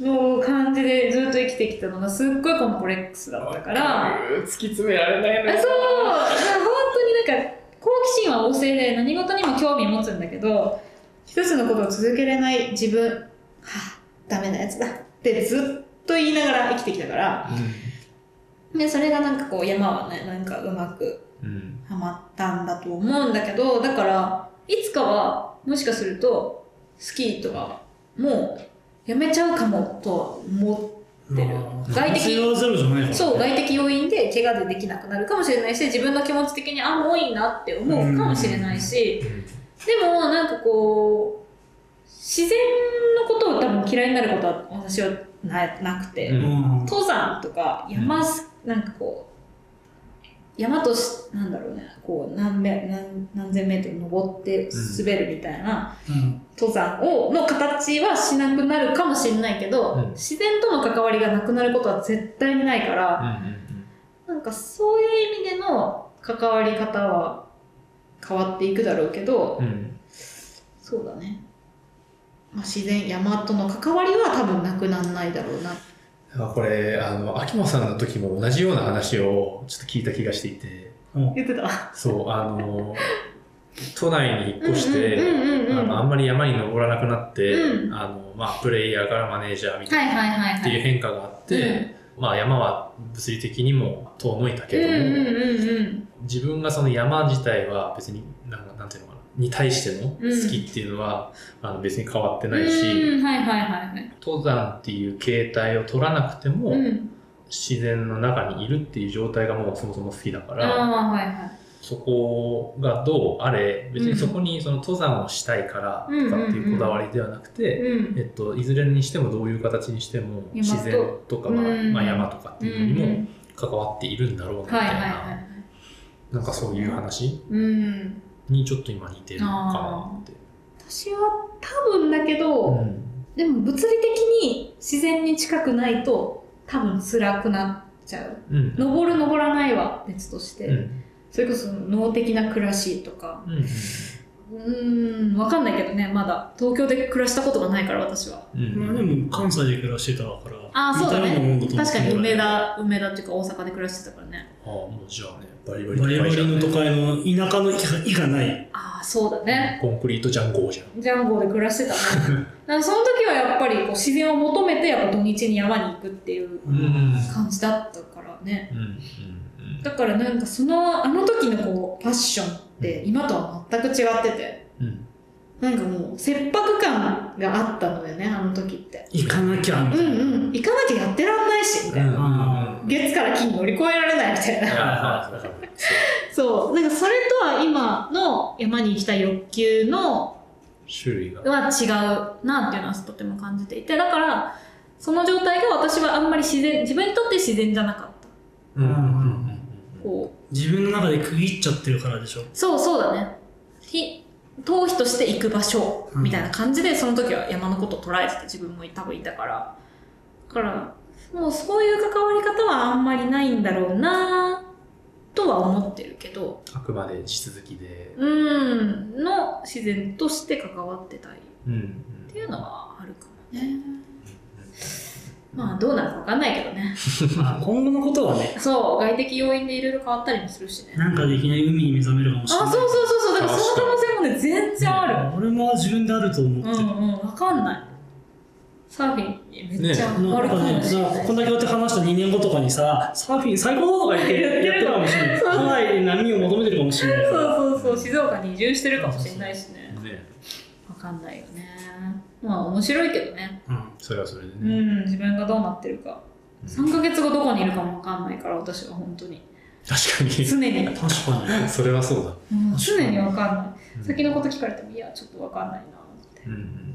Speaker 3: のを感じでずっと生きてきたのがすっごいコンプレックスだったから。
Speaker 2: る突き詰められない
Speaker 3: あ
Speaker 2: よ
Speaker 3: そうだから本当になんか好奇心は旺盛で何事にも興味持つんだけど一つのことを続けれない自分はあダメなやつだってずっと言いながら生きてきたから、で、それがなんかこう山はね、なんかうまく
Speaker 2: うん
Speaker 3: ハマったんだと思うんだけど、だから、いつかはもしかすると、スキーとかもうやめちゃうかもと思ってる。外的
Speaker 1: はゼロじゃないからね
Speaker 3: そう、外的要因で怪我でできなくなるかもしれないし、自分の気持ち的に、あ、もういいなって思うかもしれないし、でも、なんかこう、自然のことを多分嫌いになることは私はななくて、
Speaker 2: うん
Speaker 1: うん
Speaker 3: 登山とか山す、なんかこう、山とし、なんだろうね、こう、何べ何何千メートル登って滑るみたいな、
Speaker 1: うん
Speaker 3: 登山をの形はしなくなるかもしれないけど、
Speaker 2: うん
Speaker 3: 自然との関わりがなくなることは絶対にないから、なんかそういう意味での関わり方は変わっていくだろうけど、
Speaker 2: うんうんうん
Speaker 3: そうだね、まあ、自然山との関わりは多分なくならないだろうな
Speaker 2: あこれあの秋元さんの時も同じような話をちょっと聞いた気がしていて
Speaker 3: 言ってた
Speaker 2: そうあの都内に引っ越して、
Speaker 3: うんうんうんうん
Speaker 2: あのあんまり山に登らなくなって、
Speaker 3: うん
Speaker 2: あのまあ、プレイヤーからマネージャーみたい
Speaker 3: はい
Speaker 2: な
Speaker 3: はいはい
Speaker 2: っ
Speaker 3: は
Speaker 2: ていう
Speaker 3: い
Speaker 2: 変化があって、まあ、山は物理的にも遠のいたけ
Speaker 3: うん
Speaker 2: ど
Speaker 3: う
Speaker 2: も、
Speaker 3: んうん
Speaker 2: 自分がその山自体は別になんかなんていうのかなに対しての
Speaker 3: うん
Speaker 2: 好きっていうのは、あの別に変わって
Speaker 3: うん
Speaker 2: ないし、
Speaker 3: うんはいはいはいはい
Speaker 2: 登山っていう形態を取らなくても、
Speaker 3: うん
Speaker 2: 自然の中にいるっていう状態がもうそもそも好きだか
Speaker 3: あ
Speaker 2: ら、
Speaker 3: あはいはい
Speaker 2: そこがどうあれ別にそこにその登山をしたいからとかっていうこだわりではなくて、
Speaker 3: うん
Speaker 2: えっと、いずれにしてもどういう形にしても
Speaker 3: 山と
Speaker 2: 自然とか、まあ
Speaker 3: うん
Speaker 2: まあ、山とかって
Speaker 3: う
Speaker 2: いうのにも
Speaker 3: ん
Speaker 2: 関わっているんだろうなみた
Speaker 3: はい
Speaker 2: いな、
Speaker 3: はいはい
Speaker 2: なんかそういう話
Speaker 3: うん
Speaker 2: にちょっと今似てるのかなって。
Speaker 3: 私は多分だけど、
Speaker 2: うん
Speaker 3: でも物理的に自然に近くないと多分辛くなっちゃう
Speaker 2: うん
Speaker 3: 登る登らないは別として、
Speaker 2: うん
Speaker 3: それこそ脳的な暮らしとか
Speaker 2: うん
Speaker 3: うーん分かんないけどねまだ東京で暮らしたことがないから私は
Speaker 2: うん
Speaker 1: まあでも関西で暮らしてたから
Speaker 3: ああそうだ
Speaker 1: 似たよなもん
Speaker 3: ね
Speaker 1: と思う
Speaker 3: 確かに梅田梅田っていうか大阪で暮らしてたからね
Speaker 2: ああもうじゃあねバリバリ
Speaker 1: バリバリの都
Speaker 2: 都会
Speaker 1: 会の田舎のいがない
Speaker 3: ああそうだ
Speaker 2: じゃん
Speaker 3: ね
Speaker 2: コンクリートジャンゴーじゃん。
Speaker 3: ジャンゴで暮らしてた ねだからその時はやっぱりこう自然を求めてやっぱ土日に山に行くっていう
Speaker 1: うん
Speaker 3: 感じだったからね
Speaker 2: うんうん
Speaker 3: だからなんかそのあの時のこうファッションって今とは全く違ってて
Speaker 2: うんうん
Speaker 3: なんかもう切迫感があったのよねあの時って
Speaker 1: 行かなきゃみ
Speaker 3: う
Speaker 1: たいな、
Speaker 3: んうん行かなきゃやってらんないしみたいな
Speaker 1: あ
Speaker 3: 月から金乗り越えられないみた
Speaker 2: い
Speaker 3: い
Speaker 2: や
Speaker 3: な
Speaker 2: まあわかる
Speaker 3: そうなんかそれとは今の山に行きたい欲求の
Speaker 2: 種類が。
Speaker 3: は違うなっていうのはとても感じていてだからその状態が私はあんまり自然自分にとって自然じゃなかった
Speaker 2: うんうんうんうん
Speaker 3: こう
Speaker 1: 自分の中で区切っちゃってるからでしょ
Speaker 3: そうそうだねひ逃避として行く場所
Speaker 1: うん
Speaker 3: みたいな感じで、その時は山のことを捉えてて自分も多分いたからだからもうそういう関わり方はあんまりないんだろうなとは思ってるけど
Speaker 2: あくまで地続きで。
Speaker 3: うんの自然として関わってたいっ
Speaker 2: うん
Speaker 3: ていうのはあるかもねまあどうなるか分かんないけどね
Speaker 1: まあ今後のことはね
Speaker 3: そう外的要因でいろいろ変わったりもするしね
Speaker 1: なんかできない海に目覚めるかも
Speaker 3: あ
Speaker 1: しれない
Speaker 3: そうそうそうそうだからその可能性もね全然ある、
Speaker 1: 俺も自分であると思って
Speaker 3: う
Speaker 1: る、
Speaker 3: んうん、わかんない。サーフィンめっちゃ
Speaker 1: な
Speaker 3: あ
Speaker 1: ん
Speaker 3: るか
Speaker 1: かね、
Speaker 3: もしれ
Speaker 1: な
Speaker 3: なん
Speaker 1: か
Speaker 3: い。
Speaker 1: こんだけやって話した2年後とかにさ、サーフィン最高とか言って
Speaker 3: やってる
Speaker 1: やってるかもしれない。ハワイに波を求めてるかもしれないか
Speaker 3: そ
Speaker 1: ら。
Speaker 3: うそうそう、静岡に移住してるかもしれないしね。
Speaker 2: うんね
Speaker 3: わかんないよね。まあ面白いけどね。
Speaker 1: うん
Speaker 2: それはそれで
Speaker 3: う
Speaker 2: ね。
Speaker 3: ん、自分がどうなってるか。3ヶ月後どこにいるかもわかんないから、私は本当に。
Speaker 2: 確かに。
Speaker 3: 常に。うん
Speaker 1: 確かに。
Speaker 2: それはそうだ。
Speaker 3: 常にわかんない。先の
Speaker 2: こ
Speaker 3: こと聞かれても、いや、ちょっとわかんないなって。
Speaker 2: うんうん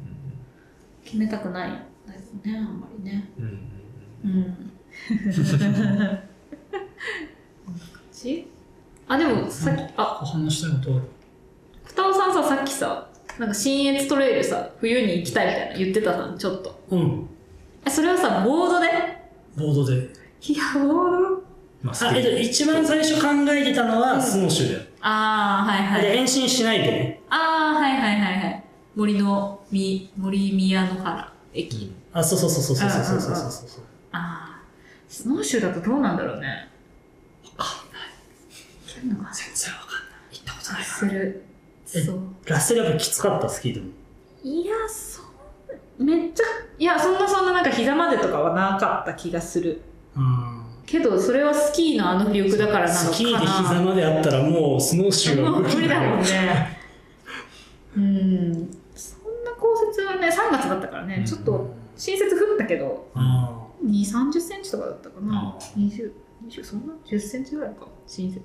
Speaker 3: 決めたくないですね、あんまりね。
Speaker 2: うんうんうん
Speaker 3: うん。 こんな感じあ、でもさっき、あ、
Speaker 1: お話したいことある。
Speaker 3: 二尾さんささっきさなんか新越トレイルさ冬に行きたいみたいな言ってたさちょっと
Speaker 1: うん、
Speaker 3: えそれはさボードで
Speaker 1: ボードで。
Speaker 3: いやボード
Speaker 2: まあ
Speaker 1: あ、えっと、一番最初考えてたのはスノーシューだよ。
Speaker 3: ああはいは
Speaker 1: で、
Speaker 3: い
Speaker 1: 延伸しないでね。
Speaker 3: ああはいはいはいはい森のみ森宮の原駅
Speaker 1: あ、そうそうそうそうそうそうそうそうそう。
Speaker 3: ああスノーシューだとどうなんだろうねわかんない行けるのかな
Speaker 1: 全然わかんない。行ったこと
Speaker 3: ラ
Speaker 1: な
Speaker 3: ッ
Speaker 1: いか
Speaker 3: セル
Speaker 1: え
Speaker 3: そう
Speaker 1: ら。ラッセルやっぱきつかった、スキーでも。
Speaker 3: いやそうめっちゃいやそんなそんななんか膝までとかはなかった気がする
Speaker 1: うん
Speaker 3: けどそれはスキーのあの魅力だからなのかな
Speaker 1: スキーで膝まであったらもうスノーシューは
Speaker 3: もう
Speaker 1: 動き
Speaker 3: 無理だ
Speaker 1: ない
Speaker 3: もんね うんそんな降雪はね3月だったからね、
Speaker 2: うん
Speaker 3: ちょっと新雪降ったけど
Speaker 1: あ
Speaker 3: 2 3 0センチとかだったかな
Speaker 2: あー
Speaker 3: 2020そんな1 0センチぐらいか新雪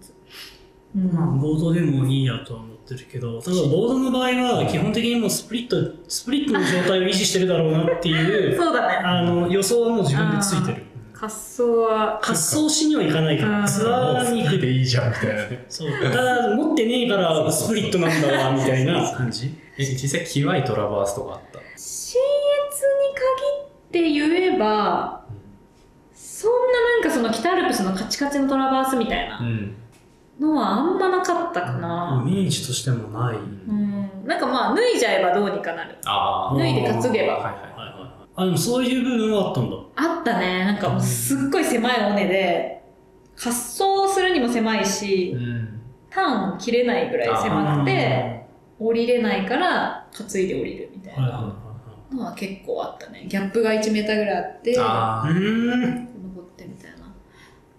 Speaker 3: う
Speaker 1: ーまあ
Speaker 3: ん
Speaker 1: ボードでもいいやとは思ってるけどただボードの場合は基本的にもうスプリットスプリットの状態を維持してるだろうなっていう
Speaker 3: そうだね
Speaker 1: あの予想はもう自分でついてる
Speaker 3: 滑走は
Speaker 1: 滑走しにはいかないか
Speaker 3: う
Speaker 1: ら
Speaker 3: ん
Speaker 1: ツアーに
Speaker 2: 好きでいいじゃんみたいなね
Speaker 1: そうただ持ってねえからスプリットなんだわみたいな感じ
Speaker 2: え実際キワいトラバースとかあった
Speaker 3: 新越に限って言えばそんななんかその北アルプスのカチカチのトラバースみたいな
Speaker 2: うん、
Speaker 3: のはあんまなかったかな、
Speaker 1: イメージとしてもない
Speaker 3: うん、なんかまあ脱いじゃえばどうにかなる
Speaker 2: ああ
Speaker 3: 脱いで担げ
Speaker 2: はい
Speaker 3: ば
Speaker 2: はい
Speaker 1: はいはいはいあでもそういう部分はあったんだ
Speaker 3: あったねなんかもうすっごい狭い尾根で滑走するにも狭いし
Speaker 2: うん
Speaker 3: ターン切れないぐらい狭くて降りれないから担いで降りるみたい
Speaker 1: はいは
Speaker 3: ない
Speaker 1: は
Speaker 3: のは結構あったねギャップが1メーターぐらいあって登
Speaker 2: あ
Speaker 1: いはいうーん
Speaker 3: ってみたいな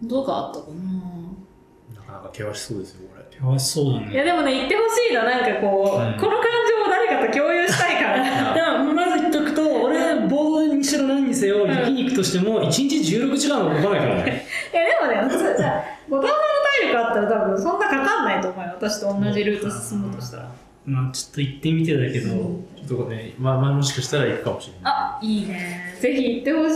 Speaker 3: どうかあったかな
Speaker 2: あなかなか険しそうですよこれ
Speaker 1: やばそうだ
Speaker 3: い
Speaker 1: ね
Speaker 3: やでもね言ってほしいななんかこ
Speaker 2: う
Speaker 3: う、
Speaker 2: ん
Speaker 3: この感情を誰かと共有したい から
Speaker 1: いやまず言っとくと俺ボードにしろ何にせよ
Speaker 3: ん
Speaker 1: 焼肉としても1日16時間は動かないからね
Speaker 3: いやでもね普通じゃあ後藤さんの体力あったら多分そんなかかんないと思うよ私と同じルート進むとしたら
Speaker 1: まあちょっと行ってみてだけど
Speaker 2: ちょっとね、まあ、まあもしかしたら行くかもしれない
Speaker 3: あいいねぜひ行ってほし
Speaker 1: かも
Speaker 3: い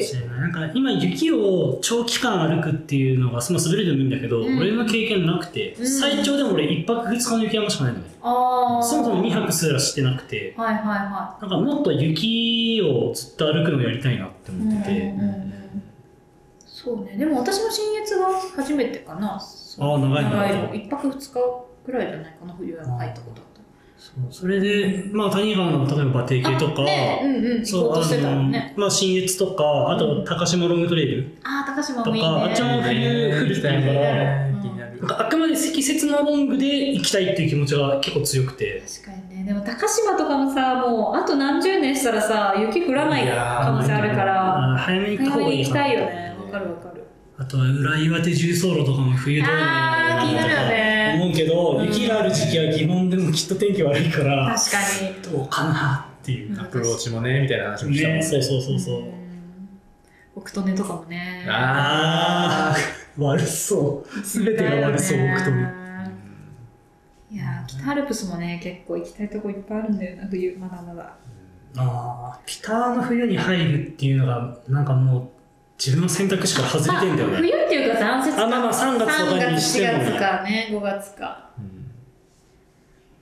Speaker 1: しれないなんか今雪を長期間歩くっていうのがその滑りでもいいんだけど、
Speaker 3: うん
Speaker 1: 俺の経験なくて、
Speaker 3: うん
Speaker 1: 最長でも俺1泊2日の雪山しかないのね
Speaker 3: ああ
Speaker 1: そもそも2泊すらしてなくて
Speaker 3: はいはいは
Speaker 1: なんかもっと雪をずっと歩くのをやりたいなって
Speaker 3: い
Speaker 1: 思ってて、
Speaker 3: うんうんうんそうねでも私も新越が初めてかな
Speaker 1: ああ長いな
Speaker 3: 長い1泊2日ぐらいじゃないかな冬は入ったことあった
Speaker 1: そうそれでまあ谷川の例えば馬蹄形とか、
Speaker 3: あねうんうん行
Speaker 1: そ
Speaker 3: こ
Speaker 1: う
Speaker 3: うとしてた
Speaker 1: あの
Speaker 3: もんね
Speaker 1: まあ新越とかあと高島ロングトレイル
Speaker 3: ああ高島
Speaker 1: と
Speaker 3: もいいね
Speaker 1: かあっちも冬降るっていうから
Speaker 3: ね気にな
Speaker 1: なんかあくまで積雪のロングで行きたいっていう気持ちが結構強くて
Speaker 3: 確かにねでも高島とかもさもうあと何十年したらさ雪降らない可能性あるから
Speaker 1: あー早めに行った方
Speaker 3: 早め
Speaker 1: がい
Speaker 3: に
Speaker 1: い
Speaker 3: 行き
Speaker 1: か
Speaker 3: た
Speaker 1: ない
Speaker 3: よねわかるわかる
Speaker 1: あとは裏岩手重走路とかも冬どう
Speaker 3: あー
Speaker 1: ん
Speaker 3: 気にな
Speaker 1: だろうなとか
Speaker 3: るよね
Speaker 1: 思うけど、
Speaker 3: うん
Speaker 1: 雪がある時期は基本でもきっと天気悪いから
Speaker 3: 確かに
Speaker 1: どうかなっていう、
Speaker 2: アプローチもね、みたいな話もしたもん
Speaker 1: ねそうそうそうそう、
Speaker 3: ん奥利根とかもね
Speaker 2: あ
Speaker 1: あー悪そう全てが悪そう
Speaker 3: だよね
Speaker 1: 僕とね
Speaker 3: いやー北アルプスもね結構行きたいとこいっぱいあるんだよな冬まだまだ
Speaker 1: あー北の冬に入るっていうのがなんかもう自分の選択肢から外れてんだよ
Speaker 3: まあ
Speaker 1: ね、
Speaker 3: 冬っていうか残雪か
Speaker 1: あまあまあ3月とかにしても
Speaker 3: 3月4月かね5月か
Speaker 2: うん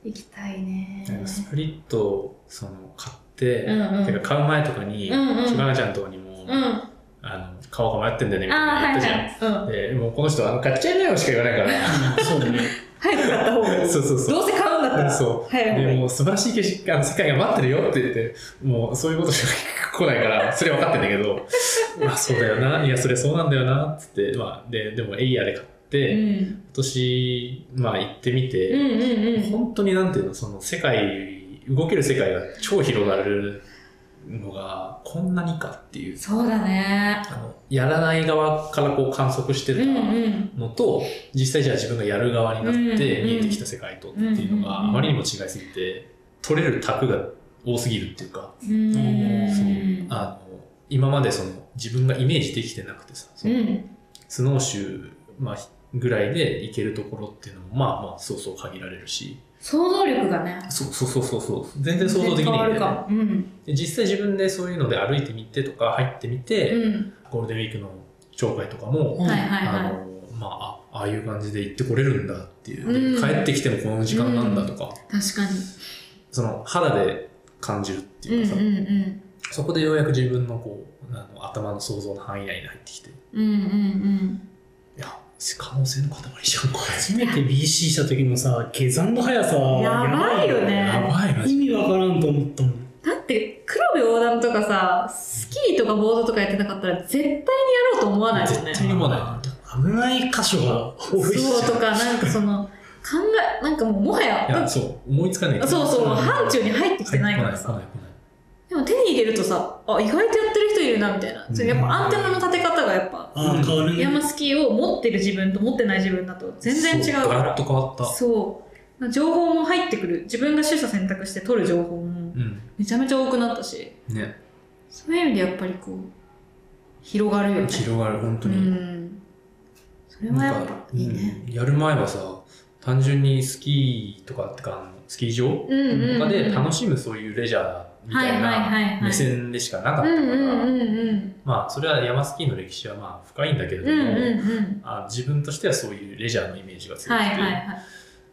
Speaker 3: 行きたいね
Speaker 2: なんかスプリットをその買って、
Speaker 3: うんうん
Speaker 2: てか買う前とかに、
Speaker 3: うんうん
Speaker 2: ちばなちゃんとかにも、
Speaker 3: うんあ
Speaker 2: あの、買おうか迷ってんだよね、みたい
Speaker 3: あ
Speaker 2: な
Speaker 3: ー
Speaker 2: 言
Speaker 3: は
Speaker 2: った
Speaker 3: い
Speaker 2: じゃん。
Speaker 3: はいうん
Speaker 2: で、もうこの人はあの買っちゃいなよしか言わないから。
Speaker 1: うんそうだね
Speaker 3: 早く買った方が い い
Speaker 2: そうそうそう
Speaker 3: どうせ買うんだったら
Speaker 2: そう
Speaker 3: 早い
Speaker 2: で
Speaker 3: 方がいい
Speaker 2: もう素晴らしい景色あの世界が待ってるよって言ってもうそういうことしか来ないからそれは分かってんだけ どまあそうだよないやそれそうなんだよなっつって、まあ、ででもエイヤーで買って、今
Speaker 3: うん
Speaker 2: 年まあ行ってみて、
Speaker 3: うんうんうん
Speaker 2: 本当になんていうのその世界動ける世界が超広がるのがこんなにかっていう
Speaker 3: そうだね
Speaker 2: あのやらない側からこう観測して
Speaker 3: う
Speaker 2: た
Speaker 3: んうん
Speaker 2: のと、実際じゃあ自分がやる側になって
Speaker 3: うん
Speaker 2: 見えてきた世界とっていうのが
Speaker 3: うん
Speaker 2: あまりにも違いすぎて取れる卓が多すぎるっていうか
Speaker 3: うん
Speaker 1: そう
Speaker 2: あの今までその自分がイメージできてなくてさその
Speaker 3: うん
Speaker 2: スノーシュー、まあ、ぐらいで行けるところっていうのもまあまあそうそう限られるし
Speaker 3: 想像力がね
Speaker 2: そうそうそうそうそう全然想像できないんだ
Speaker 3: 変
Speaker 2: よね
Speaker 3: わるかもうん
Speaker 2: で実際自分でそういうので歩いてみてとか入ってみて、
Speaker 3: うん
Speaker 2: ゴールデンウィークの紹介とかも、
Speaker 1: うん
Speaker 3: はいはい
Speaker 2: あ
Speaker 3: はい
Speaker 2: のまああああいう感じで行ってこれるんだっていう、
Speaker 3: うん
Speaker 2: で帰ってきてもこの時間なんだとか、
Speaker 3: 確かに
Speaker 2: その肌で感じるっていうかさ、
Speaker 3: うんうん
Speaker 2: そこでようやく自分のこうあの頭の想像の範囲内に入ってきてい
Speaker 3: うんうんうん
Speaker 2: や可能性の塊じゃんこ
Speaker 1: 初めて BC した時のさ下山の速さは
Speaker 3: やばいよね
Speaker 2: れやばいマ
Speaker 1: 意
Speaker 2: ジで
Speaker 1: 味わからんと思ったもん
Speaker 3: だって黒部横断とかさスキーとかボードとかやってなかったら絶対にやろうと思わないよね
Speaker 2: 絶対に思わない
Speaker 1: 危ない箇所が多いし
Speaker 3: そうとかなんかその考えなんかもうもはい
Speaker 2: や
Speaker 3: や
Speaker 2: そう思いつかない
Speaker 3: そうそう
Speaker 1: うん
Speaker 3: 範疇に入ってきてないから
Speaker 2: 来
Speaker 3: さ
Speaker 2: ない来ない
Speaker 3: でも手に入れるとさ、あ、意外とやってる人いるな、みたいな。それやっぱアンテナの立て方がやっぱ、
Speaker 1: ああ、変わるね。
Speaker 3: 山スキーを持ってる自分と持ってない自分だと全然違う
Speaker 2: そう
Speaker 3: か
Speaker 2: ガラッ
Speaker 3: ら。
Speaker 2: と変わった。
Speaker 3: そう。情報も入ってくる。自分が取捨選択して取る情報も
Speaker 2: うん。
Speaker 3: めちゃめちゃ多くなったし、
Speaker 2: ね。
Speaker 3: そういう意味でやっぱりこう、広がるよね。
Speaker 2: 広がる、本当
Speaker 3: う
Speaker 2: に。
Speaker 3: ん。それはやっぱいいね。
Speaker 2: うんやる前はさ単純にスキーとかってかスキー場と
Speaker 3: うんうんうん
Speaker 2: かで楽しむそういうレジャーみたい
Speaker 3: はいはいはいはい
Speaker 2: な目線でしかなか
Speaker 3: う
Speaker 2: った
Speaker 3: ん
Speaker 2: から、
Speaker 3: うんうんうん。
Speaker 2: まあそれは山スキーの歴史はまあ深いんだけれど
Speaker 3: うん
Speaker 2: も、
Speaker 3: うんうん。
Speaker 2: あ自分としてはそういうレジャーのイメージが強
Speaker 3: は
Speaker 2: く
Speaker 3: い
Speaker 2: て、
Speaker 3: はいはい。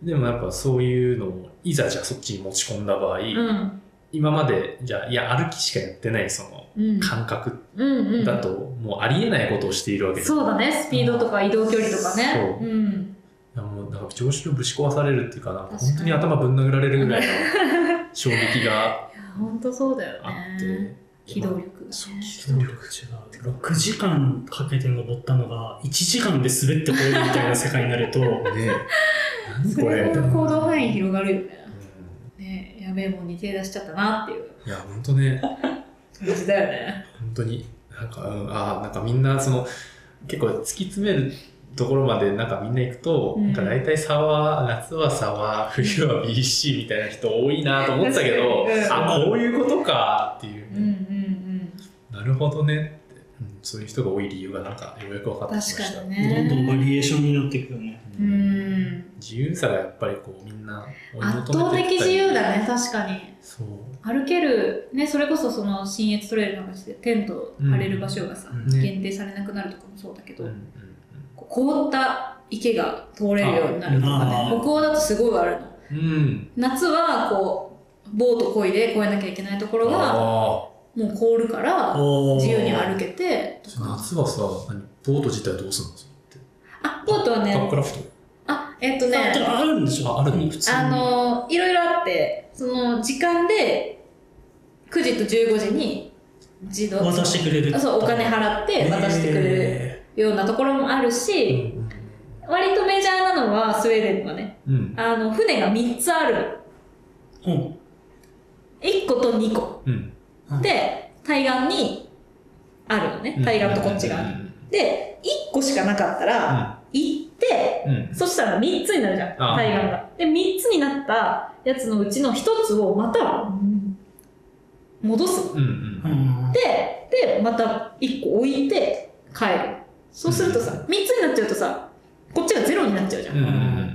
Speaker 2: でもやっぱそういうのをいざじゃあそっちに持ち込んだ場合、
Speaker 3: うん。
Speaker 2: 今までじゃあいや歩きしかやってないその
Speaker 3: うん。
Speaker 2: 感覚
Speaker 3: うんうん。
Speaker 2: だともうありえないことをしているわけです
Speaker 3: そうだね、スピードとか移動距離とかね。
Speaker 2: そ
Speaker 3: うん。
Speaker 2: いやもうなんか常識をぶち壊されるっていうかなんか
Speaker 3: 確かに
Speaker 2: 本当に頭ぶん殴られるぐらいの衝撃が
Speaker 3: いや、本当そうだよ
Speaker 2: あって、
Speaker 3: ね。 機動力がね。
Speaker 1: 機動力違う6時間かけて登ったのが1時間で滑ってこれるみたいな世界にな ると
Speaker 2: ね何
Speaker 3: そ
Speaker 2: これ
Speaker 3: れ
Speaker 2: みたい
Speaker 3: が
Speaker 2: な、
Speaker 3: 行動範囲広がるよね。
Speaker 2: う
Speaker 3: ねやべえもんに手出しちゃったなっていう。
Speaker 2: んいや本当ね
Speaker 3: 感じだよね。
Speaker 2: 本当になんか、うん、あーなんかみんなその結構突き詰めるところまでなんかみんな行くと、
Speaker 3: う
Speaker 2: な
Speaker 3: ん
Speaker 2: んか大体差は夏は差は冬は BC みたいな人多いなと思ってたけど、
Speaker 3: 確か
Speaker 2: あこういうことかっていう、
Speaker 3: うんうんうん。
Speaker 2: なるほどねって、うん、そういう人が多い理由がなんかようやく分かってきま
Speaker 3: 確
Speaker 2: した
Speaker 3: かに
Speaker 1: どんどんバ
Speaker 3: ね。
Speaker 1: リエーションになっていくよね
Speaker 3: う
Speaker 2: うん
Speaker 3: ん。
Speaker 2: 自由さがやっぱりこうみんな追い
Speaker 3: 圧
Speaker 2: 求
Speaker 3: 倒
Speaker 2: めて
Speaker 3: 的
Speaker 2: いった
Speaker 3: 自
Speaker 2: り
Speaker 3: 由だね、確かに。
Speaker 2: そう
Speaker 3: 歩ける、ね、それこそその、新越トレイルなんかして、テント張れる場所がさ、
Speaker 2: ね
Speaker 3: 限定されなくなるとかもそうだけど、
Speaker 2: うんうん
Speaker 3: こう凍った池が通れるようになるとか
Speaker 1: あ
Speaker 3: ね
Speaker 1: あ
Speaker 3: 北欧だとすごいあるの
Speaker 2: うんうん
Speaker 3: 夏はこうボート漕いで越えなきゃいけないところが
Speaker 2: あ
Speaker 3: もう凍るから
Speaker 1: 自
Speaker 3: 自由に歩けてと
Speaker 2: あ
Speaker 3: か
Speaker 2: 夏はさ何ボート自体どうするのって
Speaker 3: あボートは
Speaker 2: タッ
Speaker 3: ね
Speaker 2: プクラフト
Speaker 3: あえっと
Speaker 1: あで
Speaker 3: ね
Speaker 1: もあるんでしょ
Speaker 2: ああるの
Speaker 1: 普通に
Speaker 3: あのいろいろあってその時間で9時と15時に自動
Speaker 1: 渡してくれる
Speaker 3: あそうお金払って渡してくれ
Speaker 1: え
Speaker 3: るようなところもある
Speaker 2: うん
Speaker 3: し、割とメジャーなのはスウェーデンはね
Speaker 2: うんうん
Speaker 3: あの船が3つあるの
Speaker 1: ーうん
Speaker 3: 1個と2個
Speaker 2: うん
Speaker 3: で対岸にあるのね
Speaker 2: うん
Speaker 3: 対岸とこっち側
Speaker 2: うん
Speaker 3: にで1個しかなかったら行って
Speaker 2: うんうん
Speaker 3: そしたら3つになるじゃん
Speaker 2: あー
Speaker 3: 対岸がで3つになったやつのうちの1つをまた戻すの
Speaker 2: うんうん
Speaker 1: うんうん
Speaker 3: ででまた1個置いて帰るそうするとさ3つになっちゃうとさこっちがゼロになっちゃうじゃん
Speaker 2: うんう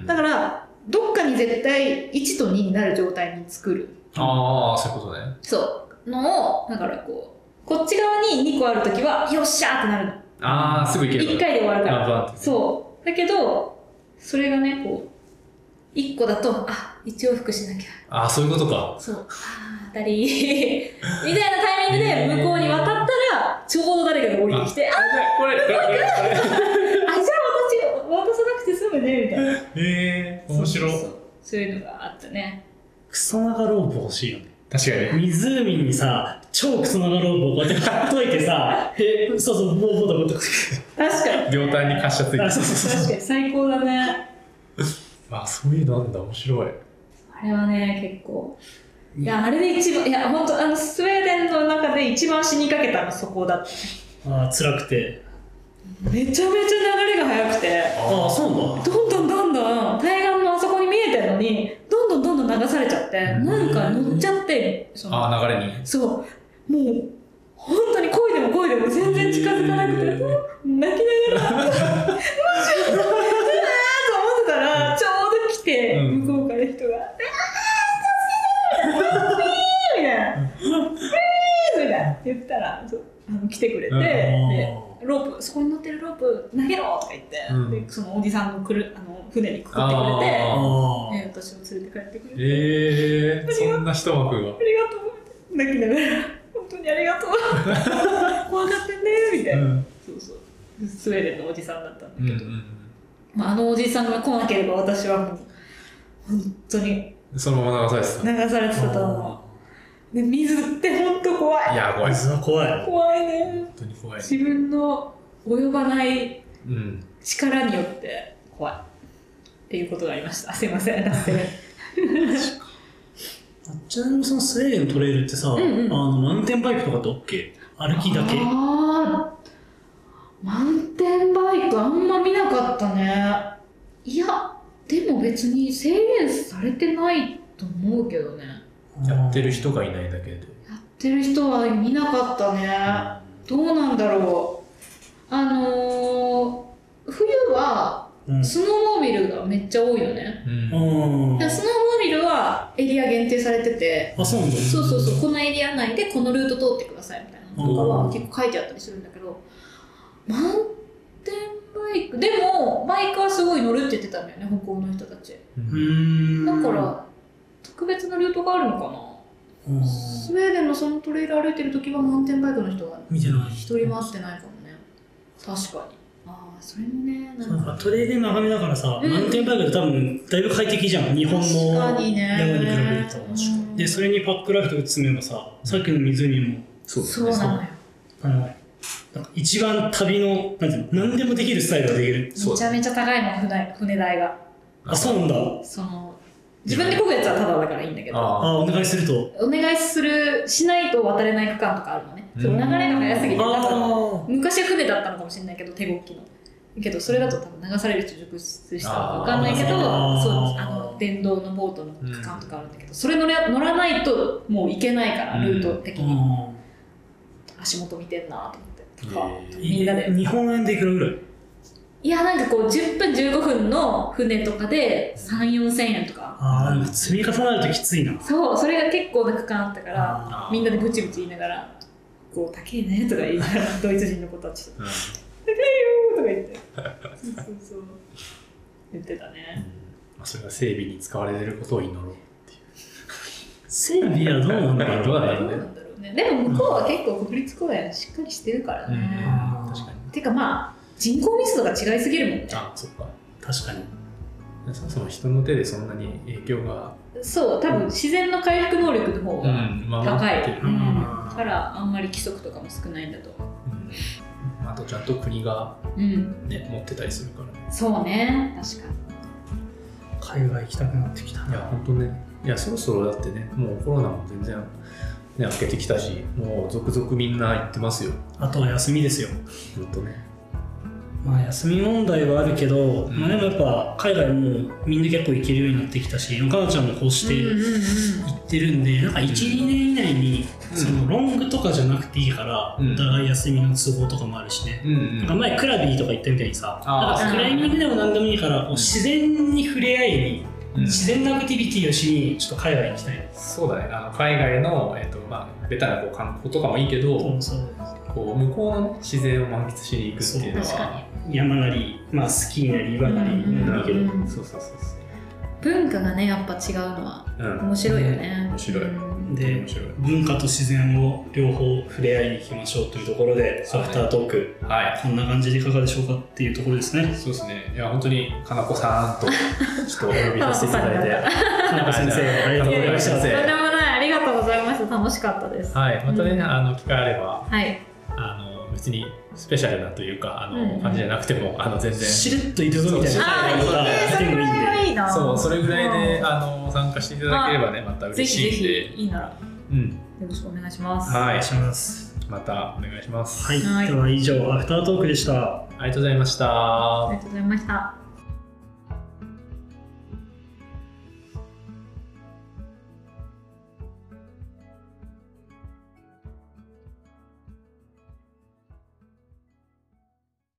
Speaker 2: ん
Speaker 3: だからどっかに絶対1と2になる状態に作る
Speaker 2: ああそういうことね
Speaker 3: そう。のを、だからこう、こっち側に2個あるときは、よっしゃーってなるの。
Speaker 2: ああすぐ行ける
Speaker 3: 1回で終わるから。
Speaker 2: バンって
Speaker 3: そう。だけど、それがね、こう、1個だと、あ、一往復しなきゃ。
Speaker 2: ああそういうことか
Speaker 3: そう。あー当たり。 みたいなタイミングで、向こうに渡ったら、ちょうど誰かが降りてきて、あ、あ、
Speaker 2: これこれ
Speaker 3: じゃあ私、渡さなくて済むね、みたいな。
Speaker 2: ええ面白
Speaker 3: そうそうそうそういうのがあったね。
Speaker 1: クソ長ロープ欲しいよね
Speaker 2: 確かに
Speaker 1: 湖にさ超クソ長ロープをこうやって貼っといてさでそうそうボーボーだボーボー
Speaker 3: 確かに。
Speaker 2: 両端に滑車ついて
Speaker 1: あそうそうそう
Speaker 3: 確かに最高だね。
Speaker 2: あそういうのなんだ面白い
Speaker 3: あれはね、結構。い
Speaker 1: あ
Speaker 3: や、あれで一番、いや、本当あの、スウェーデンの中で一番死にかけたの、そこだって。
Speaker 1: あー辛くて
Speaker 3: めちゃめちゃ流れが速くて、
Speaker 1: ああそうなんだ
Speaker 3: どんどんどんどん、対岸のあそこに見えてるのに、どんどんどんどん流されちゃって、
Speaker 2: うん
Speaker 3: なんか乗っちゃって、その
Speaker 2: ああ流れに
Speaker 3: そう、もう、本当に漕いでも漕いでも全然近づかなくて、
Speaker 2: へー
Speaker 3: 泣きながら、 もうちょっと、うわーと思ってたら、ちょうど来て、
Speaker 2: うん
Speaker 3: 向こうから人が、あー、助けてみたいな、ウィーみたいな、ウィーみたいな言ったら、そうあの来てくれて、
Speaker 2: うん
Speaker 3: で、ロープ、そこに乗ってるロープ投げろとか言って、
Speaker 2: うん
Speaker 3: で、そのおじさんのくるあの船にくくってくれて、
Speaker 2: あ
Speaker 1: あ
Speaker 3: で私を連れて帰ってくれて、
Speaker 2: ええそんな一幕が
Speaker 3: ありがとう泣きながら本当にあり がとう怖かったねみたいな、
Speaker 2: ん
Speaker 3: そうそうスウェーデンのおじさんだったんだ
Speaker 2: うん
Speaker 3: けど、まあ、あのおじさんが来なければ私はもう本当に
Speaker 2: うんそのまま流されて
Speaker 3: 流されてたと思うで水って本当怖
Speaker 2: た
Speaker 3: い
Speaker 2: いや
Speaker 1: あ
Speaker 2: 怖い
Speaker 1: 水は怖い
Speaker 3: 怖いね
Speaker 2: 本当に怖い
Speaker 3: 自分の及ばない
Speaker 2: うん
Speaker 3: 力によって怖いっていうことがありましたすいませんだって
Speaker 1: ちなみにそのスウェーデンのトレイルってさ、
Speaker 3: んうん
Speaker 1: あのマウンテンバイクとかって OK 歩きだけ
Speaker 3: あーマウンテンバイクあんま見なかったねいやでも別に制限されてないと思うけどね
Speaker 2: やってる人がいないだけで。
Speaker 3: やってる人は見なかったねどうなんだろうあのー、冬は
Speaker 1: うん
Speaker 3: スノーモービルがめっちゃ多いよね
Speaker 2: うん。
Speaker 1: うん
Speaker 3: でスノーモービルはエリア限定されてて
Speaker 1: あそうなんだ
Speaker 3: そうそうそうこのエリア内でこのルート通ってくださいみたいなのとかは結構書いてあったりするんだけどマウンテンバイクでもバイクはすごい乗るって言ってたんだよね北欧の人たち
Speaker 2: う
Speaker 1: うんん
Speaker 3: だから特別なルートがあるのかな
Speaker 1: うん
Speaker 3: スウェーデンのそのトレイル歩いてる時はマウンテンバイクの人が
Speaker 1: 見てない
Speaker 3: 一人も会ってないかもね確かにああそれもねな
Speaker 1: なんん
Speaker 3: か
Speaker 1: かトレイルの眺めだからさ、
Speaker 3: うん
Speaker 1: マウンテンバイクで多分だいぶ快適じゃん日本の
Speaker 3: 確かにね
Speaker 1: 山に比べると
Speaker 3: うん
Speaker 1: でそれにパックラフト詰めばささっきの湖も
Speaker 2: そう
Speaker 3: そうなのよ
Speaker 1: あのなんか一番旅のなんていうの何でもできるスタイルができる
Speaker 2: そう
Speaker 3: めちゃめちゃ高いもん船船代が
Speaker 1: あそうなんだ
Speaker 3: その自分で漕ぐやつはタダだからいいんだけど
Speaker 2: ああ。
Speaker 1: あお願いすると
Speaker 3: お願いするしないと渡れない区間とかあるのね、
Speaker 2: うん
Speaker 3: その流れが速すぎて
Speaker 1: あ
Speaker 3: なんか
Speaker 1: ー
Speaker 3: 昔は船だったのかもしれないけど手動きのけどそれだと多分流される人熟睡したのか分かんないけどそう
Speaker 1: あー
Speaker 3: あの電動のボートの区間とかあるんだけど、それ乗れ乗らないともう行けないからルート的
Speaker 1: う
Speaker 3: に、
Speaker 1: ん
Speaker 3: 足元見てんなと思ってとか、
Speaker 2: えー
Speaker 3: みんなで
Speaker 1: 日本円でいくらぐらい
Speaker 3: いやなんかこう10分15分の船とかで34000円とか
Speaker 1: ああ、なんか積み重なるときついな。
Speaker 3: そうそれが結構な区間あったから
Speaker 1: あ
Speaker 3: みんなでブチブチ言いながら「こう高えね」とか言いな がらドイツ人の子たち
Speaker 2: うん
Speaker 3: と「高えよ」とか言ってそうそうそう言ってた
Speaker 2: う
Speaker 3: ね
Speaker 2: んまあそれが整備に使われてることを祈ろう。
Speaker 1: 整備はどうなんだろう。
Speaker 2: どう
Speaker 3: ど
Speaker 2: な
Speaker 3: う
Speaker 2: るほどね
Speaker 3: なんだろうねでも向こうは結構国立公園しっかりしてるからね、
Speaker 1: ん
Speaker 2: 確かに。
Speaker 3: てかまあ人口密度が違いすぎるもんね
Speaker 2: あ、そっか。
Speaker 1: 確かに。
Speaker 2: そもそも人の手でそんなに影響が。
Speaker 3: そう多分自然の回復能力の方が、
Speaker 2: ん、ま
Speaker 3: 高い
Speaker 2: ってる
Speaker 3: う
Speaker 1: うんん
Speaker 3: だからあんまり規則とかも少ないんだと思
Speaker 2: うんあとちゃんと国が
Speaker 3: ううん
Speaker 2: ね、持ってたりするから。い
Speaker 3: そうね確かに
Speaker 1: 海外行きたくなってきた
Speaker 2: や、
Speaker 1: な。
Speaker 2: 本当ね。いや、そろそろだってね、もうコロナも全然、ね、明けてきたし、もう続々みんな行ってますよ。
Speaker 1: あとは休みですよ。
Speaker 2: ずっとね。
Speaker 1: まあ休み問題はあるけど、
Speaker 2: ん
Speaker 1: まあでもやっぱ海外もうみんな結構行けるようになってきたし、かなちゃんもこうして
Speaker 3: うん
Speaker 1: 行
Speaker 3: うん
Speaker 1: ってるんで、なんか1、2年以内に、
Speaker 2: うん
Speaker 1: そのロングとかじゃなくていいから、
Speaker 2: うん
Speaker 1: お互い休みの都合とかもあるしね。
Speaker 2: うん
Speaker 1: なんか前クラビーとか行ったみたいにさ、
Speaker 2: あ
Speaker 1: な
Speaker 2: ー
Speaker 1: んかクライミングでも何でもいいから、こう自然に触れ合いに、
Speaker 2: うん
Speaker 1: 自然なアクティビティをしに、ちょっと海外に行きたいな。
Speaker 2: そうだね、あの海外の、えっとまあ、ベタなこう観光とかもいいけど、
Speaker 1: そうそう
Speaker 2: こう向こうの、ね、自然を満喫しに行くっていう
Speaker 3: うん
Speaker 2: の
Speaker 3: 確か
Speaker 2: は
Speaker 1: 山なり、まあ、スキーなり岩なり
Speaker 3: うん
Speaker 1: 何なりいいけど、
Speaker 3: うん
Speaker 2: うんそうそうそう
Speaker 3: に文化がねやっぱ違うのは
Speaker 2: そう、うん、
Speaker 3: 面白いよね
Speaker 2: 面白い
Speaker 3: うん
Speaker 1: で
Speaker 2: 面白い
Speaker 1: 文化と自然を両方触れ合いに行きましょうというところでア
Speaker 2: そうね
Speaker 1: フタートーク
Speaker 2: はい
Speaker 1: こんな感じでいかがでしょうかっていうところですね
Speaker 2: そうですねいや本当にかなこさんとちょっとお呼びさせていた だいて
Speaker 1: 田中先生ありがとうございまし
Speaker 2: いや
Speaker 1: た
Speaker 2: いやいや先生
Speaker 3: とんでもないありがとうございました楽しかったです
Speaker 2: はいまたね、
Speaker 3: うん
Speaker 2: あの機会あれば
Speaker 3: はい
Speaker 2: あの別にスペシャルなというかあの、
Speaker 3: うん
Speaker 2: 感じじゃなくてもあの全然
Speaker 1: しれっといるぞみたいな
Speaker 3: ああいい
Speaker 1: が
Speaker 3: ね
Speaker 1: い
Speaker 3: そ
Speaker 1: て
Speaker 3: れ
Speaker 1: も
Speaker 3: ぐ
Speaker 1: いいん
Speaker 3: らい
Speaker 1: で
Speaker 3: はいいな
Speaker 2: そうそれぐらいで
Speaker 3: うん
Speaker 2: あの参加していただければねまた
Speaker 3: ぜ
Speaker 2: 嬉
Speaker 3: ひ
Speaker 2: し
Speaker 3: ぜ
Speaker 2: いん
Speaker 3: ひ
Speaker 2: で
Speaker 3: いいならよ
Speaker 2: うん
Speaker 3: ろしくお願いします
Speaker 1: お
Speaker 2: は
Speaker 1: 願い
Speaker 2: い
Speaker 1: します
Speaker 2: またお願いします、
Speaker 1: はい、
Speaker 3: はい
Speaker 1: では以上アフタートークでした
Speaker 2: ありがとうございました
Speaker 3: ありがとうございました